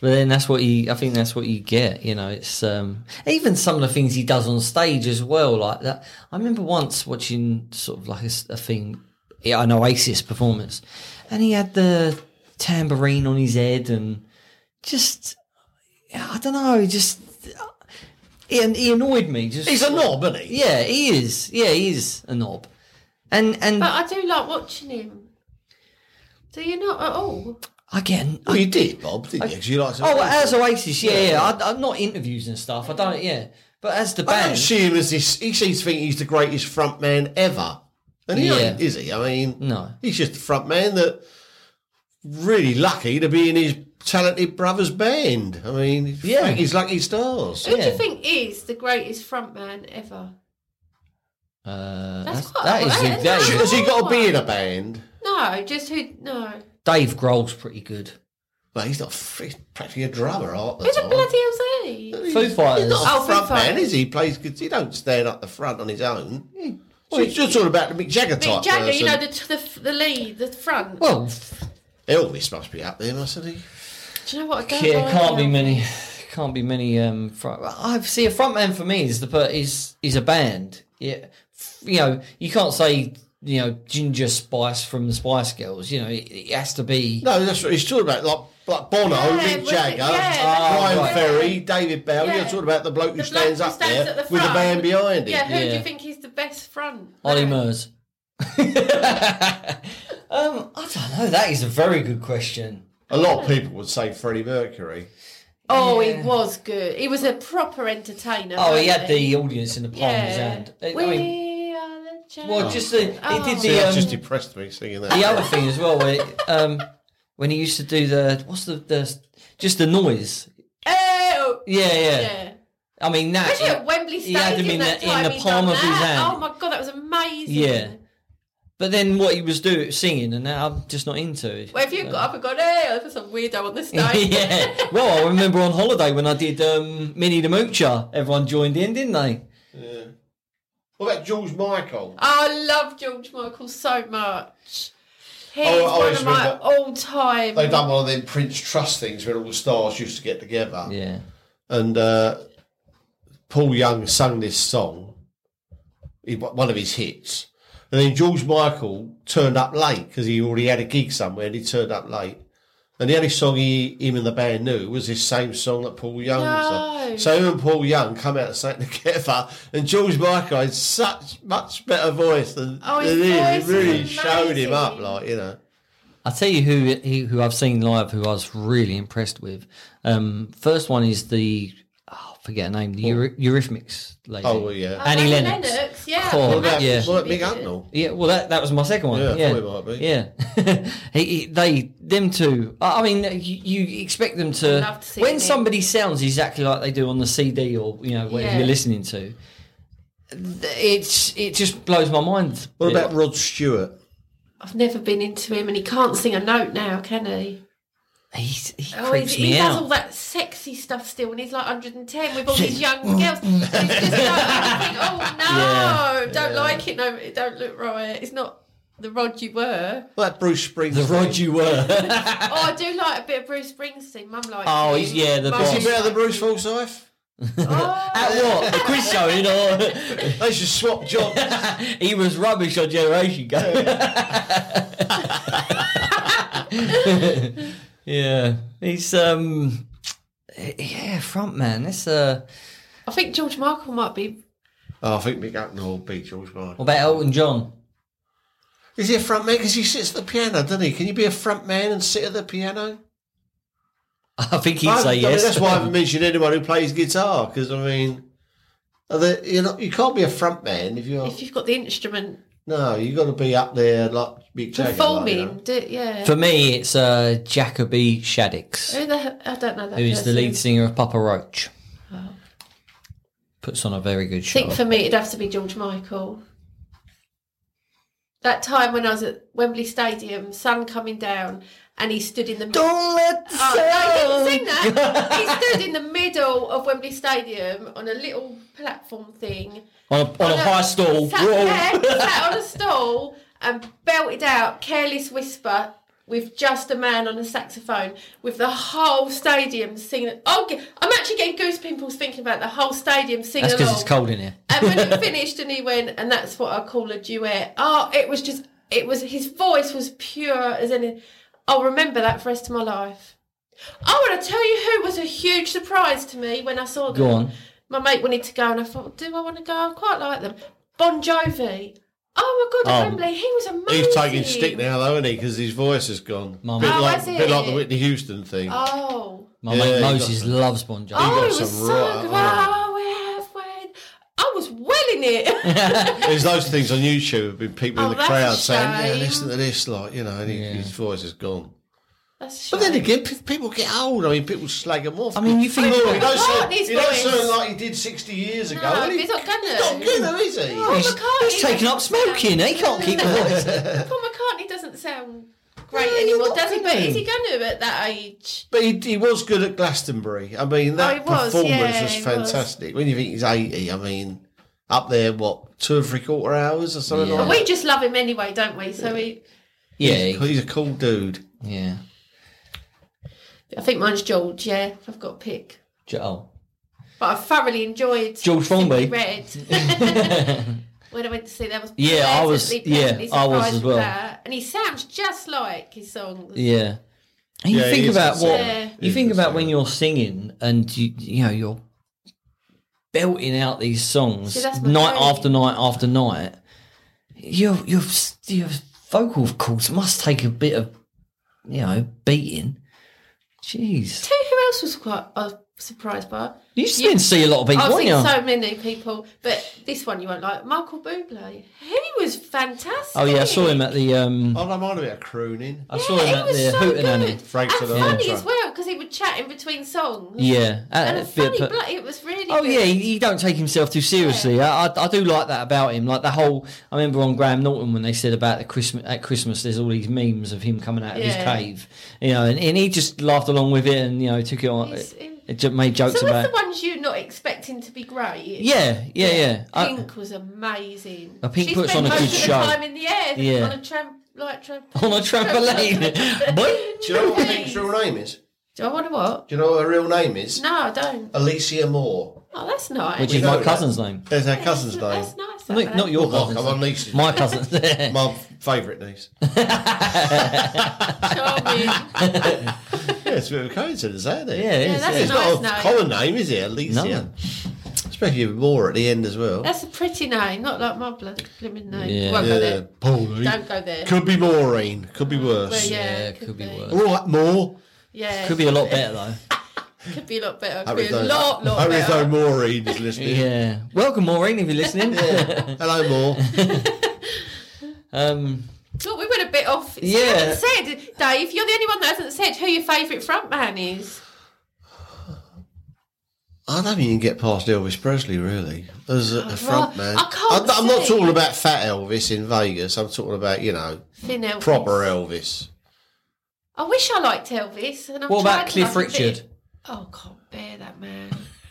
But then that's what you, I think that's what you get, you know, it's, um, even some of the things he does on stage as well, like that. I remember once watching sort of like a, s- a thing, yeah, an Oasis performance, and he had the tambourine on his head and just, I don't know, just, he, he annoyed me. Just He's a knob, isn't he? Yeah, he is. Yeah, he is a knob. And, and But I do like watching him. Do you not at all? I get, an- Well, you Oh, did, Bob, didn't you? 'Cause you like to oh, as Oasis, yeah, yeah, I, I'm not interviews and stuff. I don't, yeah. But as the I band, don't see him as this. He seems to think he's the greatest front man ever, and he Yeah. ain't, is he? I mean, No. he's just the front man that really lucky to be in his talented brother's band. I mean, Yeah. yeah, he's lucky stars. Who do Yeah. you think is the greatest frontman ever? Uh, that's, That's that quite- is that who- is- that is- Has he got to be in a band? No, just who? No. Dave Grohl's pretty good. Well, he's not. He's practically a drummer half the Who the time. bloody hell's he? He's- Foo He's Fighters. not a Oh, Foo front man, Fighters. is he? He plays because he don't stand up the front on his own. So it's just all about the Mick Jagger type Mick Jagger, you know person. the, the the lead, the front. Well, Elvis must be up there, mustn't he? Do you know what? I don't yeah, like can't be him. many. Can't be many. Um, front, I see a frontman for me is the per- is is a band. Yeah, F- you know you can't say you know Ginger Spice from the Spice Girls. You know it, it has to be. No, that's what he's talking about. Like, like Bono, Yeah, Mick was it? Jagger, Yeah, that's Brian right. Ferry, David Bell. You're Yeah. talking about the bloke who The bloke stands who up stands there at the with a front. band behind him. Yeah, who do Yeah. you think is the best front? Ollie man? Murs. um, I don't know. That is a very good question. A lot of people would say Freddie Mercury. Oh, Yeah. he was good. He was a proper entertainer. Oh, he wasn't had the audience in the palm of his Yeah. hand. I- I We mean, are the champions. well, just the, it did Oh. the. See, that um, just depressed me singing that. the other thing as well, when, it, um, when he used to do the what's the, the just the noise. Oh, Yeah, yeah. yeah. I mean that. Especially at Wembley he Stadium. had him in that the- in time the he palm done of his that. hand. Oh my god, that was amazing. Yeah. But then what he was doing, singing, and that I'm just not into. it. Well, if you got up and gone, hey, there's some weirdo on the stage. yeah. Well, I remember on holiday when I did um, Minnie the Moocher, everyone joined in, didn't they? What about George Michael? I love George Michael so much. He's Oh, I one always of my remember- all time. They've done one of them Prince Trust things where all the stars used to get together. Yeah. and uh, Paul Young sung this song, he- one of his hits. And then George Michael turned up late because he already had a gig somewhere and he turned up late. And the only song he, him and the band knew was this same song that Paul Young No. was So him and Paul Young come out and sang together. And George Michael had such much better voice than, Oh, his than him. It voice is really showed him amazing. up, like, you know. I'll tell you who he, who I've seen live who I was really impressed with. Um, first one is the, oh, I forget her name, the Eury- Eurythmics lady. Oh, well, yeah. Annie Annie Lennox. Uh, yeah. Cool. I What can about, Yeah. imagine what about she'd be Big good. Unknown? Yeah, well, that, that was my second one. Yeah, Yeah, I thought it might be. Yeah. he, he, they, them two. I I mean, you, you expect them to. I'd love to see when them. somebody sounds exactly like they do on the CD or you know whatever Yeah. you're listening to, th- it's it just blows my mind. What about Rod Stewart? I've never been into him, and he can't sing a note now, can he? He's, he Oh, he's, creeps he me does out. all that sexy stuff still, and he's like 110 with all these young girls. And it's just like, you think, oh no, don't like it. No, it don't look right. It's not. the rod you were. Well, that Bruce The Springsteen. rod you were. Oh, I do like a bit of Bruce Springsteen. Mum likes. Oh, him. he's- yeah, the Mum Is boss. he likes better than him. Bruce Forsyth? Oh, At what? The quiz show, you know? They should swap jobs. he was rubbish on Generation Go. yeah. He's, um, yeah, front man. That's, uh, I think George Michael might be. oh, I think Mick Hucknall will beat George Martin. what about Elton John? Is he a front man? Because he sits at the piano, doesn't he? Can you be a front man and sit at the piano? I think he'd I- I say mean, yes. that's why I haven't mentioned anyone who plays guitar. Because I mean, are they, you know, you can't be a front man if you're If you've got the instrument no. You got to be up there like Mick Jagger. like, you performing, know. do, yeah. For me, it's uh, Jacoby Shaddix. Who the hell- I don't know that. who is the person. lead singer of Papa Roach. Puts on a very good I show. think for me, it'd have to be George Michael. That time when I was at Wembley Stadium, sun coming down, and he stood in the middle. Don't let the Oh, no, he sun didn't sing that. he stood in the middle of Wembley Stadium on a little platform thing. on a, on a high stool. Oh, Sat, Whoa. there, sat on a stool and belted out Careless Whisper with just a man on a saxophone with the whole stadium singing. Oh, g- I'm actually getting goose pimples thinking about the whole stadium singing That's because along. it's cold in here. and when it finished and he went, and that's what I call a duet. Oh, it was just, it was, his voice was pure as any. I'll remember that for the rest of my life. Oh, and I tell you who was a huge surprise to me when I saw them. Go on. My mate wanted to go, and I thought, do I want to go? I quite like them. Bon Jovi. Oh my god, Oh. the family. He was amazing. He's taking stick now, though, isn't he? Because his voice has gone. Mum. Bit Oh, like, has he? bit like the Whitney Houston thing. Oh. My Yeah, mate you got Moses some- loves Bon Jovi. Oh, got it was some so right, good. haven't Oh, we have wed. I was well in it. There's those things on YouTube have been people Oh, in the that's a crowd saying, shame. "Yeah, listen to this," like you know, and he- Yeah. his voice is gone. That's But then shame. again, p- people get old. I mean, people slag him off. I mean, you think Oh, he don't sound, McCartney's he don't voice. sound like he did 60 years ago. No, and he- he's not gonna. He's not gonna, is he? No. he's, McCartney- he's taken up smoking. He can't keep the voice. Paul McCartney doesn't sound great No, he's anymore, not, does he? can But he? is he going to at that age? But he, he was good at Glastonbury. I mean, that he was, performance yeah, Oh, was he was. fantastic. When you think he's 80, I mean, up there, what, two or three quarter hours or something Yeah. But like that? we just love him anyway, don't we? So we, Yeah, He's a cool dude. yeah. I think mine's George. Yeah, I've got to pick. Joel. But I thoroughly enjoyed George Formby. Simply Red. when I went to see that, I was Yeah, I was- pleasantly, yeah, pleasantly I was surprised as with well. that. And he sounds just like his songs. Yeah. And you Yeah, think he's about the what same. you He's think the about same. when you're singing and you you know you're belting out these songs See, that's my night point. after night after night. Your your your vocal cords must take a bit of you know beating. Jeez, Tell you who else was quite I was surprised by. you used to see a lot of people, I've didn't seen you? so many people, but this one you won't like. Michael Bublé. He was fantastic. oh yeah, I saw him at the um. I don't mind a bit of crooning. I Yeah, saw him he at was the so Hooten Annie. good. Frank and Sinatra. funny as well because he would chat in between songs. Yeah, at- and a at- funny but- bloke. It was really. Oh good. yeah, he, he don't take himself too seriously. I, I I do like that about him. Like the whole, I remember on Graham Norton when they said about the Christmas at Christmas, there's all these memes of him coming out of his Yeah. cave, you know, and, and he just laughed along with it and you know took it on, He's- it, it ju- made jokes So about. that's the ones you're not expecting to be great. yeah, yeah, yeah. I- Pink was amazing. Uh, Pink she puts spent on a most good of the show. time in the air, Yeah. on a tram, like tram, on a trampoline. Boy. Do you know what Pink's real name is? Do I want to what? Do you know what her real name is? No, I don't. Alicia Moore. Oh, that's nice. Which We is my know that. cousin's name. There's her cousin's name. That's nice. Not, not your Well, cousin's I'm Oh, on name. niece's. My cousin's. My favourite niece. Charming. Yeah, it's a bit of a coincidence, isn't it? Yeah, it Yeah, is, that's yeah. a it's not a nice name. common name, is it? Alicia. No. Especially with more at the end as well. That's a pretty name, not like my blood blooming name. Yeah. Won't go yeah, there. Pauline. Don't go there. Could be Maureen. Could be Well, worse. yeah, Yeah, could could be be. worse. All right, Moore. Yeah, Could be a lot better though. Could be a lot better. Could Hope there's be a no- lot, lot hope there's no better. Maureen is listening. Yeah. Welcome, Maureen, if you're listening. Hello, Moore. um. Look, we went a bit off. It's Yeah. yeah. Said Dave, you're the only one that hasn't said who your favourite front man is. I don't think you can get past Elvis Presley, really, as a, a front man. I can't I'm not say. talking about fat Elvis in Vegas. I'm talking about, you know, Thin Elvis. proper Elvis. I wish I liked Elvis. And I'm What trying about to Cliff like a bit- Richard? Oh, I can't bear that man.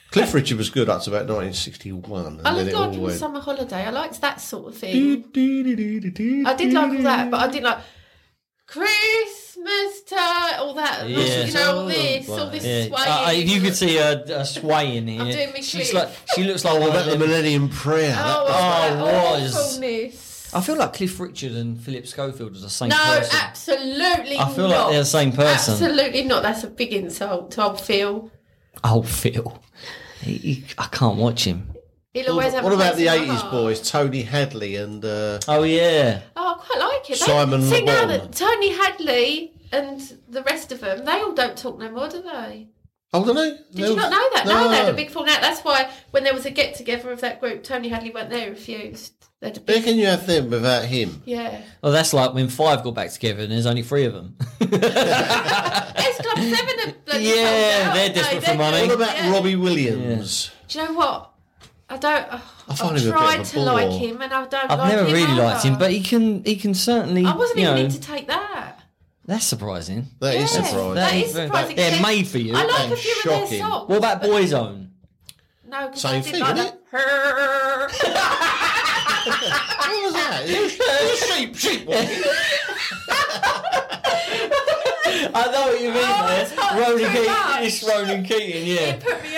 Cliff Richard was good up to about 1961. And then I loved it all like on went. summer holiday. I liked that sort of thing. I did like all that, but I didn't like Christmas time, all that. Yeah. You know, all Oh, this, all this Yeah. swaying. Uh, uh, if you could see her uh, swaying here, doing my she's shoes. like she looks like one What of about the them- Millennium Prayer? oh, That- Oh, oh, was. awfulness. I feel like Cliff Richard and Philip Schofield are the same No, uh, person. absolutely I feel not. like they're the same person. Absolutely not. That's a big insult to old Phil. Oh, Phil, He- he- I can't watch him. He'll always have what a about place the in my 80s heart. boys? Tony Hadley and uh, Oh yeah, Oh, I quite like it. They- Simon See now Le Bon. that Tony Hadley and the rest of them, they all don't talk no more, do they? oh, don't they? Did you not know that? No, they had a big falling out. That's why when there was a get together of that group, Tony Hadley went there, refused. They had a How big, can you have them without him? yeah. well that's like when five got back together and there's only three of them. S Club Seven are bloody Yeah, sold out, they're aren't they? desperate for They're- money. What about yeah. Robbie Williams? Do you know what? I don't. Oh, I find I've him a bit tried of a to bore. like him, and I don't. I've like never him really liked either. him, but he can he can certainly. I wasn't you even know, into take that. That's surprising. That is Yeah. surprising. That is very- surprising. They're Yeah. made for you. I like and a few of shocking. their songs. What about Boys Own? No, because I Same did thing, like wasn't that. Her. What was that? It was- it was sheep, sheep. walking. I know what you mean. Oh, there. it's hot Ronan too Keating. much. It's Ronan Keating. Yeah. It put me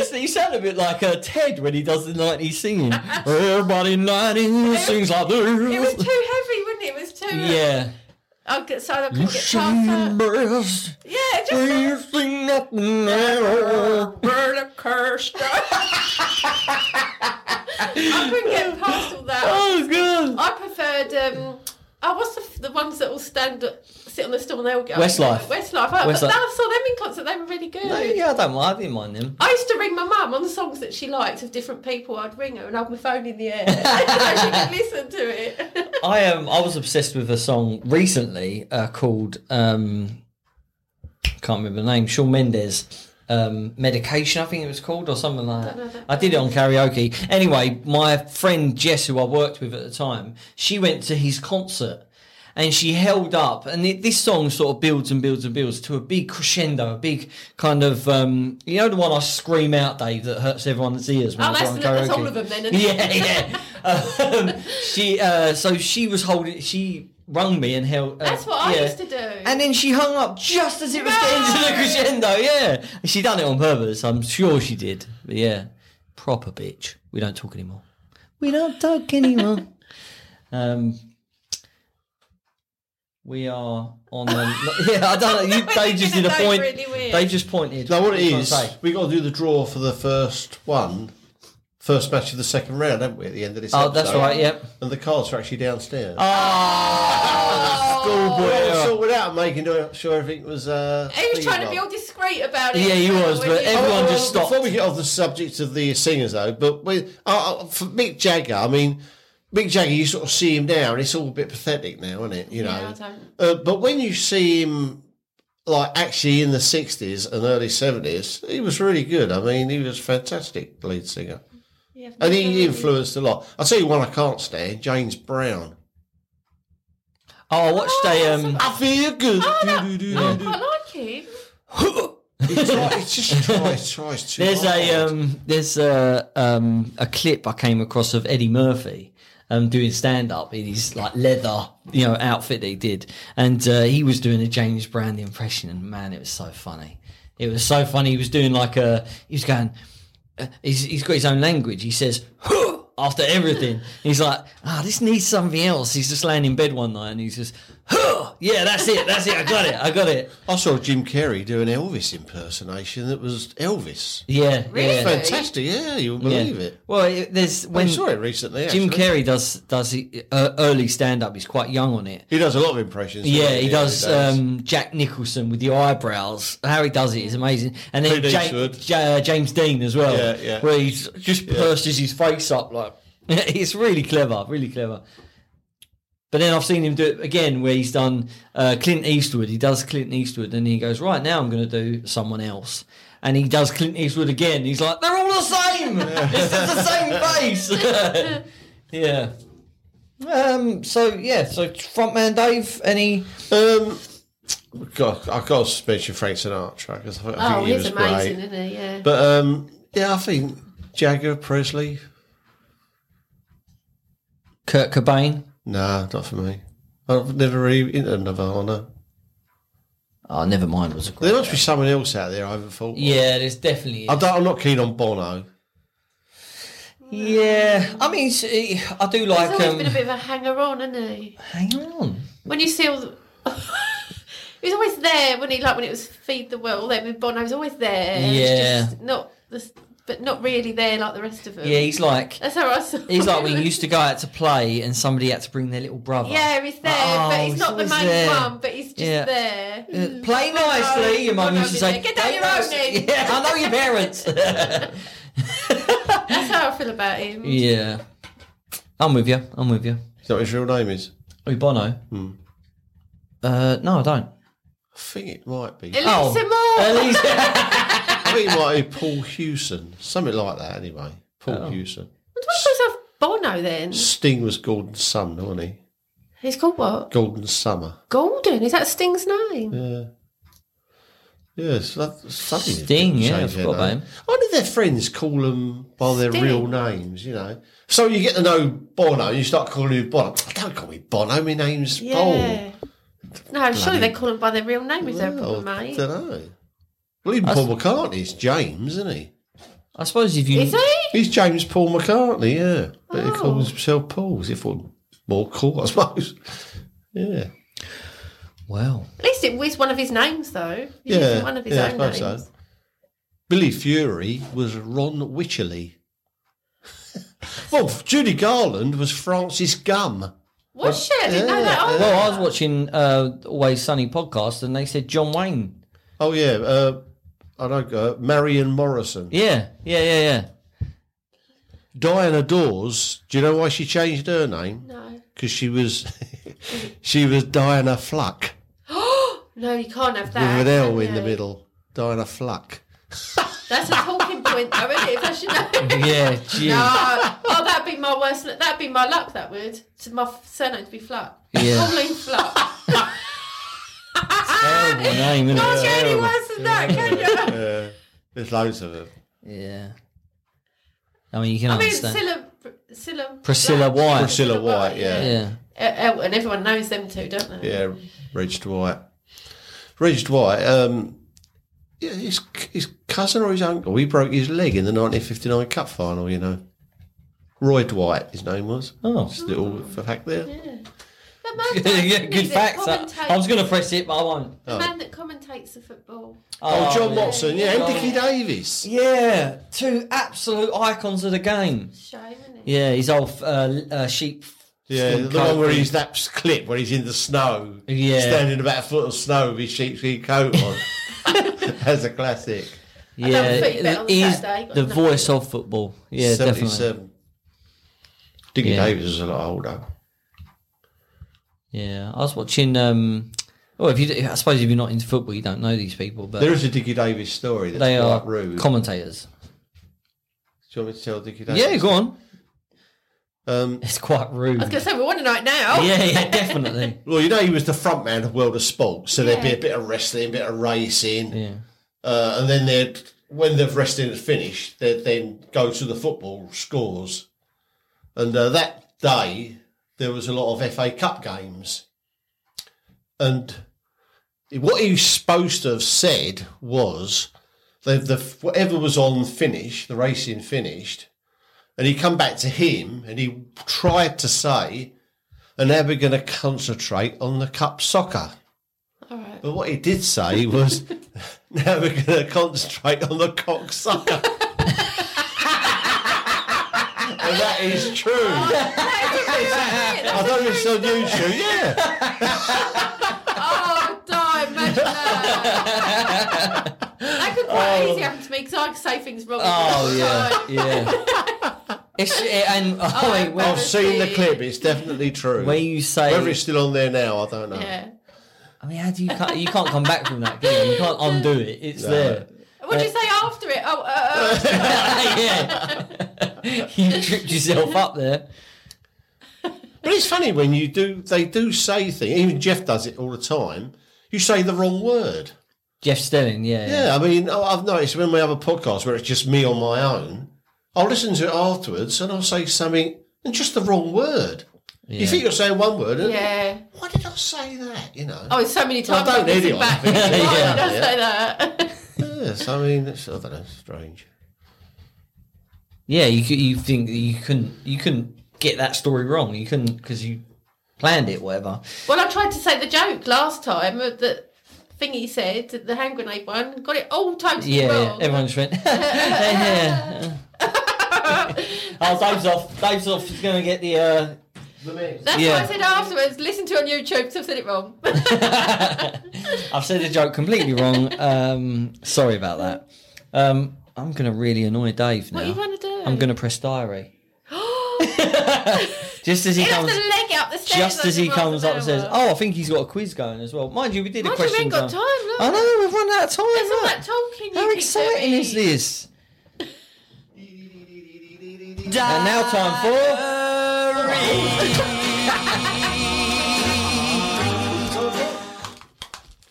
it's, he sounded a bit like uh, Ted when he does the 90s singing. Everybody 90s sings like It was this. too heavy, wasn't it? It was too. Yeah. I could, so I couldn't get past Sing that. breast, Yeah, it we just. sing nothing ever. Roller coaster. I couldn't get past all that. Oh, God. I preferred. Um, oh, what's the, f- the ones that all stand, sit on the stool and they'll go? Westlife. Westlife. I, Westlife. But I saw them in concert. They were really good. No, yeah, I don't mind. I didn't mind them. I used to ring my mum on the songs that she liked of different people. I'd ring her and hold my phone in the air so she could listen to it. I um, I was obsessed with a song recently uh, called um, can't remember the name. Shawn Mendes, um, medication. I think it was called or something like that. I did it on karaoke. Anyway, my friend Jess, who I worked with at the time, she went to his concert. And she held up, and it, this song sort of builds and builds and builds to a big crescendo, a big kind of, um, you know, the one I scream out, Dave, that hurts everyone's ears when I Oh, was that's- on karaoke. that's all of them then, isn't it? Yeah, yeah. Um, she, uh, so she was holding, she rung me and held. uh, That's what I yeah. used to do. And then she hung up just as it was No! getting to the crescendo. Yeah, she done it on purpose. I'm sure she did. But yeah, proper bitch. We don't talk anymore. We don't talk anymore. um, we are on. The, yeah, I don't know. You, they just did a That's point. really weird. They just pointed. Now what What it are you trying is, to say? we got to do the draw for the first one, first match of the second round, haven't we? At the end of this. Oh, that's episode? right. Yep. And the cards are actually downstairs. Oh. Schoolboy Well, error. sorted out, making sure everything was. Uh, he was clean trying to up. be all discreet about it. Yeah, he was, When but you- everyone- Well, just stopped. Before we get off the subject of the singers, though, but with uh, uh, for Mick Jagger, I mean, Mick Jagger, you sort of see him now, and it's all a bit pathetic now, isn't it? You Yeah, know. I don't- Uh, but when you see him, like actually in the sixties and early seventies, he was really good. I mean, he was fantastic lead singer, yeah, I've and never he really- influenced a lot. I'll tell you one I can't stand: James Brown. Oh, I watched a um. I feel good. Oh, that- Do-do-do-do-do. oh, I quite like him. He tries, he just tries, tries too There's hard. a um, there's a um, a clip I came across of Eddie Murphy um, doing stand up in his like leather you know outfit that he did, and uh, he was doing a James Brown impression, and man, it was so funny. It was so funny. He was doing like a he was going. Uh, he's, he's got his own language. He says "Huh," after everything. He's like, ah, this needs something else. He's just laying in bed one night and he's just, "Huh," yeah, that's it, that's it. I got it, I got it. I saw Jim Carrey do an Elvis impersonation that was Elvis. Yeah, Really? yeah. Fantastic, yeah, you wouldn't yeah. believe it. Well, it, there's when I saw it recently. Jim actually. Carrey does does he- uh, early stand up. He's quite young on it. He does a lot of impressions. doesn't Yeah, he does um, Jack Nicholson with the eyebrows. How he does it is amazing. And then Clint Ja- Eastwood. Ja- uh, James Dean as well. Yeah, yeah. Where he just purses his face up like it's really clever, really clever. But then I've seen him do it again where he's done uh, Clint Eastwood. He does Clint Eastwood and he goes, Right now I'm going to do someone else. And he does Clint Eastwood again. He's like, They're all the same. it's just the same face. yeah. Um, so, yeah. So, Frontman Dave, any. Um, God, I got to mention Frank Sinatra because I, think- I Oh, think he he's was amazing, great. isn't he? Yeah. But um, yeah, I think Jagger, Presley, Kurt Cobain. nah, not for me. I've never really into Nirvana. Oh, never mind. Was a great There must be someone else out there I haven't thought. of. Yeah, there's definitely. I don't, I'm not keen on Bono. yeah, I mean, s- I do He's like. always Um, been a bit of a hanger on, hasn't he? hang on. When you see all the. he was always there when he, like, when it was Feed the World, then with Bono, he was always there. He was Yeah. just not the, but not really there like the rest of them. Yeah, he's like. That's how I saw He's like when him. you used to go out to play and somebody had to bring their little brother. Yeah, he's there, Oh, but he's he's not the always main there. one, but he's just Yeah. there. Uh, play nicely, your mum Go used to say. over there. Get down "Play your own nicely." end. Yeah, I know your parents. That's how I feel about him. yeah, I'm with you. I'm with you. Is that what his real name is? Who Bono? Uh, no, I don't. I think it might be. Elisa Oh. Moore. Elisa. I think it might be Paul Hewson, something like that. Anyway, Paul Oh. Hewson. Why was Bono then? Sting was Gordon Sumner, wasn't he? He's called what? Golden Summer. Golden. Is that Sting's name? Yeah. Yes, that, suddenly they've Sting, yeah, changed I their forgot about name. him. Why do their friends call them by their Sting. real names? You know, so you get to know Bono, you start calling him Bono. Don't call me Bono. My name's Paul. Yeah. No, surely they call him by their real name. Is there a problem, I mate? don't know. Well, even Paul McCartney's James, isn't he? I suppose if you Is he? He's James Paul McCartney, yeah. But he Oh. calls himself Paul. As if well, more cool, I suppose. Yeah. well, At least it was one of his names, though. He's Yeah, using one of his yeah, I own suppose names. so. Billy Fury was Ron Witcherly. well, Judy Garland was Francis Gum. Was she? I didn't know that. Yeah, either. well, I was watching uh, Always Sunny podcast and they said John Wayne. Oh yeah, uh, I don't know. Marion Morrison. Yeah, yeah, yeah, yeah. Diana Dawes. Do you know why she changed her name? No. Because she was she was Diana Fluck No, you can't have that. with an L can in the you? middle. Diana Fluck. That's a talking point, though, isn't it? If I should know. Yeah, gee. No. Oh, that'd be my worst. That'd be my luck. That would. To my f- surname to be Fluck. Yeah. Pauline Fluck. Terrible name, isn't Can't it? you any Terrible. worse than that, can you? Uh, there's loads of them. Yeah. I mean, you can I mean, understand. Scylla, Scylla, Priscilla White. Priscilla White. Yeah. yeah. Uh, uh, and everyone knows them too, don't they? Yeah, Reg Dwight. Reg Dwight, um, yeah, his, his cousin or his uncle, he broke his leg in the 1959 Cup final, you know. Roy Dwight, his name was. Oh. Just a little fact there. The man that, yeah, good that facts. I, commentate- I was going to press it, but I won't. the man that commentates the football. Oh, John Watson, yeah, and John- Dickie Davis. Yeah, two absolute icons of the game. Shame, isn't it? Yeah, his old uh, uh, sheep. Yeah, skin the one where coat. he's that clip where he's in the snow, Yeah. standing about a foot of snow with his sheepskin coat on. That's a classic. I Yeah, done foot bet on he's Saturday, got the nothing. voice of football. Yeah, definitely. 77. Dickie Yeah. Davis was a lot older. Yeah, I was watching. Um, well, if you, I suppose if you're not into football, you don't know these people, but There is a Dickie Davis story that's they are quite rude. commentators. Do you want me to tell Dickie Davis? Yeah, go on. Um, It's quite rude. I was going to say we want to know it now. Yeah, yeah, definitely. well, you know, he was the front man of World of Sport, so there'd be Yeah. a bit of wrestling, a bit of racing, Yeah. uh, and then they'd, when the wrestling had finished, they'd then go to the football scores. And uh, that day, there was a lot of FA Cup games. And what he was supposed to have said was the, the whatever was on finished, the racing finished, and he come back to him and he tried to say, and now we're going to concentrate on the cup soccer. All right. But what he did say was, now we're going to concentrate on the cocksucker. and that is true. I don't know if it's on YouTube. Yeah. Oh, die, imagine that. that could quite easily happen to me because I could say things wrong. all Oh the yeah, time. yeah. It's it, and oh, wait, when, I've seen the clip. It's definitely true. when you say, Whether it's still on there now, I don't know. Yeah. I mean, how do you can't, you can't come back from that? Can you? you can't undo it. It's there. What did you say after it? Oh, uh, uh, yeah, you tripped yourself up there. But it's funny when you do, they do say things, even Jeff does it all the time. you say the wrong word. Jeff Stelling, yeah. Yeah, I mean, I- I've noticed when we have a podcast where it's just me on my own, I'll listen to it afterwards and I'll say something and just the wrong word. Yeah. You think you're saying one word, and uh. Yeah. why did I say that? You know. Oh, so many times. don't I've listened need it, I back. think. Why did I Yeah. say that? Yes, I mean, it's, I don't know, strange. Yeah, you cou- you think that you couldn't you couldn't get that story wrong. You couldn't because you planned it, whatever. Well, I tried to say the joke last time uh, that thing he said, the hand grenade one, got it all totally Yeah, yeah. wrong. everyone just went. yeah. oh, Dave's off. Dave's off. He's going to get the. Uh... That's Yeah. what I said afterwards. Listen to it on YouTube 'cause I've said it wrong. I've said the joke completely wrong. Um, sorry about that. Um, I'm going to really annoy Dave now. What are you going to do? I'm going to press diary. to. Just as he Get off comes, the leg up the stairs. just as he like a comes up and says, mouse. "Oh, I think he's got a quiz going as well." Mind you, we did a Mind you, we question. ain't got time. time, look. I know we've run out of time. There's all look. that talking. you How keep exciting doing. is this? And now time for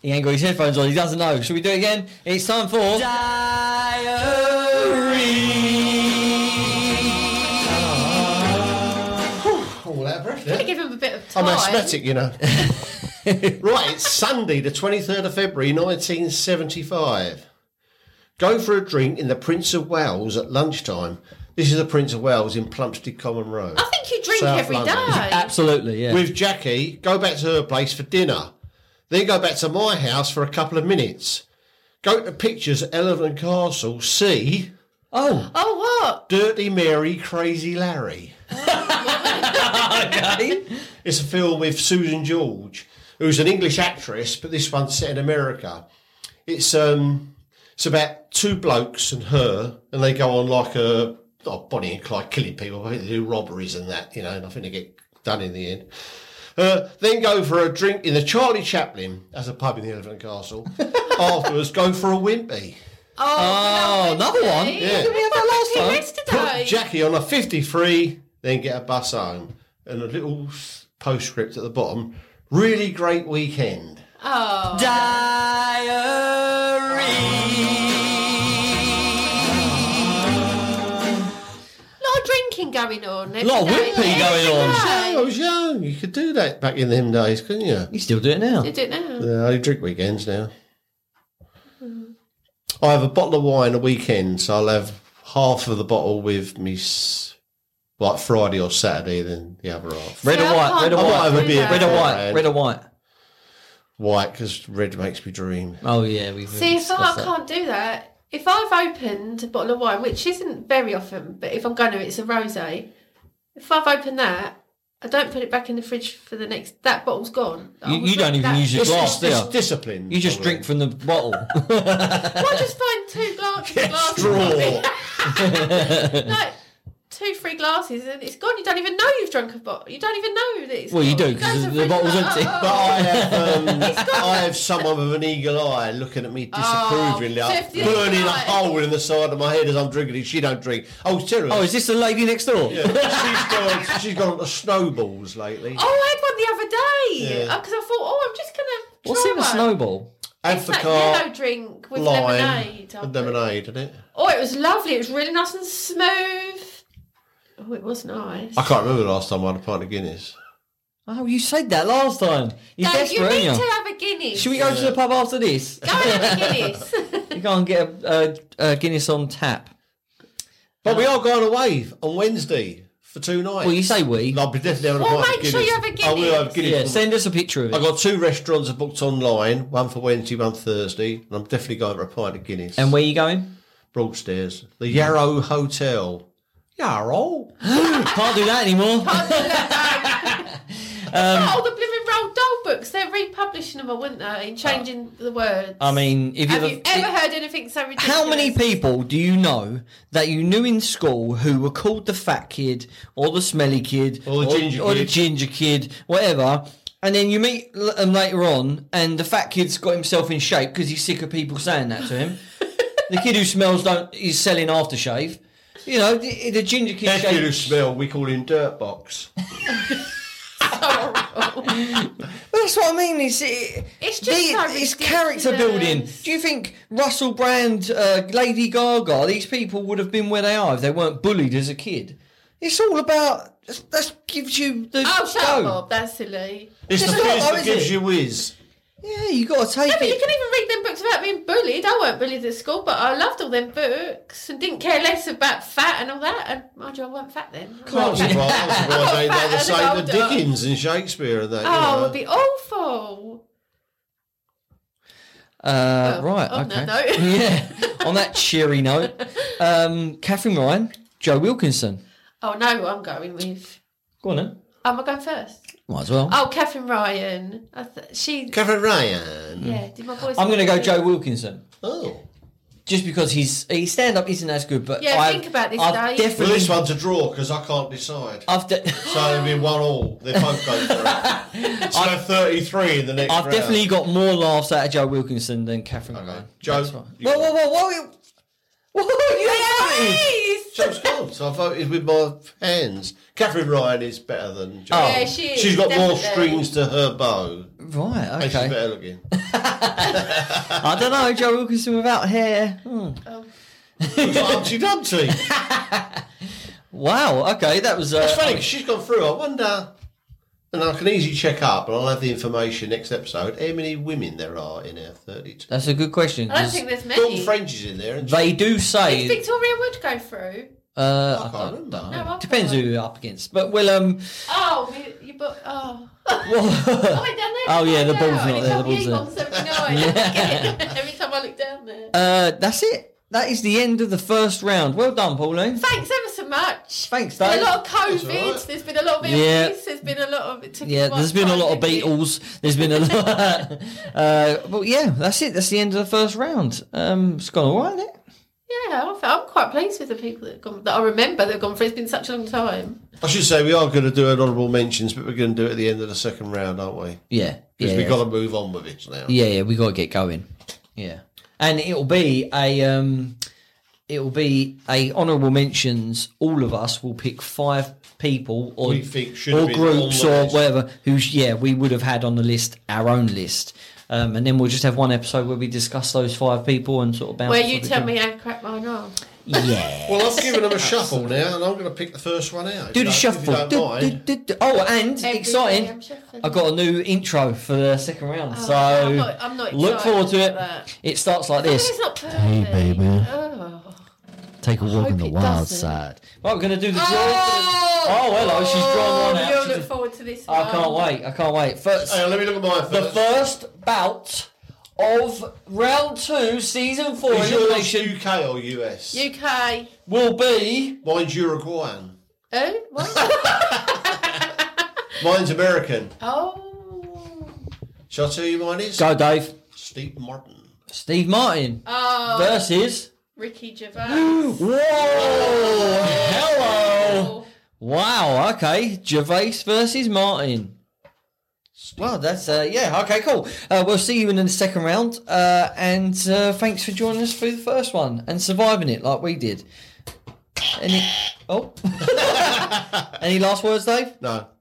He ain't got his headphones on, he doesn't know. Should we do it again? It's time for All out of breath. I give him a bit of time. I'm asthmatic, you know. right, it's Sunday, the 23rd of February, 1975. Go for a drink in the Prince of Wales at lunchtime. This is the Prince of Wales in Plumstead Common Road. I think you drink South every day. London. Absolutely, yeah. With Jackie, go back to her place for dinner. Then go back to my house for a couple of minutes. Go to pictures at Elephant Castle, see oh, Oh, what? Dirty Mary, Crazy Larry. okay. It's a film with Susan George, who's an English actress, but this one's set in America. It's um, it's about two blokes and her, and they go on like a oh, Bonnie and Clyde killing people. I think they do robberies and that, you know, and I think they get done in the end. Uh, then go for a drink in the Charlie Chaplin, as a pub in the Elephant and Castle. Afterwards, go for a wimpy. Oh, Oh, another one. Yeah. Did we have that He last time? missed today. Put Jackie on a 53, then get a bus home. And a little s- postscript at the bottom. Really great weekend. Oh. lot of drinking going on. A Lot of whipping going on. Yeah, I was young. You could do that back in them days, couldn't you? You still do it now. Did it now? Yeah, I drink weekends now. I have a bottle of wine a weekend, so I'll have half of the bottle with me, s- like Friday or Saturday, then the other half. Red Yeah, or I white, can't red or do I might have white. a beer. that. Red or white, Red. red or white. White, because red makes me dream. Oh yeah, we've See, if I discussed that. can't do that, if I've opened a bottle of wine, which isn't very often, but if I'm going to, it's a rosé. If I've opened that, I don't put it back in the fridge for the next. That bottle's gone. I You- will you don't drink even that. use your It's, glass, it's, do it's you? discipline. You just probably. drink from the bottle. I just find two glasses. glasses Straw. no, two, three glasses, and it's gone. You don't even know you've drunk a bottle. You don't even know that it's. Well, you gone. do, 'cause go to the fridge, bottle's like, empty. oh, But I have, um, It's got- I have someone with an eagle eye looking at me disapprovingly, Oh, like, fifty burning a eyes. hole in the side of my head as I'm drinking it. She don't drink. Oh, seriously. oh, is this the lady next door? Yeah, she's gone. She's gone on to snowballs lately. Oh, I had one the other day Yeah. because I thought, oh, I'm just gonna. What's try in a one. snowball? and It's for that car, yellow drink with lime, lemonade. I and put. lemonade, isn't it? Oh, it was lovely. It was really nice and smooth. Oh, it was nice. I can't remember the last time I had a pint of Guinness. Oh, you said that last time. You're No, desperate, you need aren't to you? have a Guinness. Should we Um, go to the pub after this? Go and have a Guinness. You go and get a, a, a Guinness on tap. But we are going away on Wednesday for two nights. Well, you say we. I'll be definitely having a Well, pint of make Guinness. sure you have a I will have Guinness. Guinness. Yeah, send us a picture of I've it. got two restaurants I booked online, one for Wednesday, one Thursday, and I'm definitely going for a pint of Guinness. And where you going? Broadstairs, the Yarrow Hotel. Yarrow? Can't do that anymore. oh, the blooming roll doll books. They're republishing them, weren't they? And changing the words. Uh, I mean, if have you're you ever heard anything so ridiculous? How many people do you know that you knew in school who were called the fat kid or the smelly kid Or the ginger or the kid. ginger kid, whatever? And then you meet l- them later on, and the fat kid's got himself in shape because he's sick of people saying that to him. the kid who smells don't is selling aftershave. You know, the, the ginger kid. If you shape- smell, we call him Dirtbox. Horrible. That's what I mean. It's it, It's just so it's character ridiculous. building. Do you think Russell Brand, uh, Lady Gaga, these people would have been where they are if they weren't bullied as a kid? It's all about that's- that gives you the Oh, shut up, go. Bob. That's silly. It's It's the not, fizz though, that is gives it? you whiz. Yeah, you got to take Yeah, but you it. can even read them books about being bullied. I weren't bullied at school, but I loved all them books and didn't care less about fat and all that. And mind you, I wasn't fat then. I I wasn't was fat. surprised why they never Fat say the and older. Dickens and Shakespeare and that. you Oh, it know. would be awful. Uh, Well, right. Oh, on okay. that note. yeah. On that cheery note, um, Catherine Ryan, Joe Wilkinson. Oh, no, I'm going with. Go on then. Am I going first? Might as well. Oh, Catherine Ryan. I th- she. Kevin Ryan. yeah, did my voice. I'm going to go Joe Wilkinson. Oh. Just because he's his stand up isn't as good, but Yeah, I've, think about this, I've Dave. definitely Well, this one's a draw because I can't decide. I've, de- So it'll be one all. They both go for it. So 33 in the next I've round. definitely got more laughs out of Joe Wilkinson than Catherine. Okay. Ryan. Joe, That's right. you Whoa, go. whoa, whoa, whoa! you- Whoa, you voted! Please. Joe's gone, so I voted with my hands. Catherine Ryan is better than Joe. Oh. Yeah, she is. She's got more definitely. strings to her bow. Right, And she's okay. better looking. I don't know, Joe Wilkinson without hair. Hmm. Oh. Looks like Auntie Dante. Wow, okay, that was. Uh, It's funny 'cause she's gone through. I wonder, and I can easily check up, and I'll have the information next episode. How many women there are in our thirty-two? That's a good question. I don't 'cause think there's Dawn many. French is in there, and They do Did say. Victoria Wood go through? Uh, I I can't don't, remember. don't No, I know. can't. Depends who you're up against. But we'll um. Oh, you, you but oh. I well, went down there. Oh, yeah, the ball's balls not there, the ball's there. Every time I look down there. uh, that's it. That is the end of the first round. Well done, Pauline. Thanks ever so much. Thanks, There's been Dave. a lot of It's all COVID. right. There's been a lot of illness. Yeah. There's been a lot of. It took Yeah, us there's been a time lot to of get- Beatles. There's been a lot. uh, but yeah, that's it. That's the end of the first round. Um, it's gone all right, isn't it? Yeah, I felt- I'm quite pleased with the people that have gone, that I remember that have gone through. It's been such a long time. I should say we are going to do honourable mentions, but we're going to do it at the end of the second round, aren't we? Yeah, yeah, Because we've yeah. got to move on with it now. yeah, yeah. We got to get going. Yeah, and it'll be a um, it'll be a honourable mentions. All of us will pick five people or We think should have or been groups on the or list. whatever. Who's yeah, we would have had on the list our own list. Um, and then we'll just have one episode where we discuss those five people and sort of bounce. Where off you each tell other. me how crap mine are. yeah. Well, I've given them a shuffle now, and I'm going to pick the first one out. if Do you the don't- shuffle. If you Do- don't mind. do- do- do- Oh, and Every day I'm exciting! shuffling. I got a new intro for the second round, Oh, so I'm not- I'm not look excited forward to about it. that. It starts like Oh, this. it's not perfect. Hey, baby. Oh. Take a walk hope on the it wild doesn't. side. Right, we're gonna do the draw. Oh, Oh, hello, she's drawn one out. we all She's look just- forward to this. I can't one. wait. I can't wait. First, Hang on, let me look at mine the first. first bout of round two, season four is yours elimination UK or US? UK. will be. Mine's Uruguayan. Oh, what? Mine's American. oh. Shall I tell you mine is? Go, Dave. Steve Martin. Steve Martin Oh. versus. Ricky Gervais. Whoa! Hello. Wow. Okay. Gervais versus Martin. Well, that's uh, yeah. Okay, cool. Uh, we'll see you in the second round, uh, and uh, thanks for joining us through the first one and surviving it like we did. Any oh, any last words, Dave? No.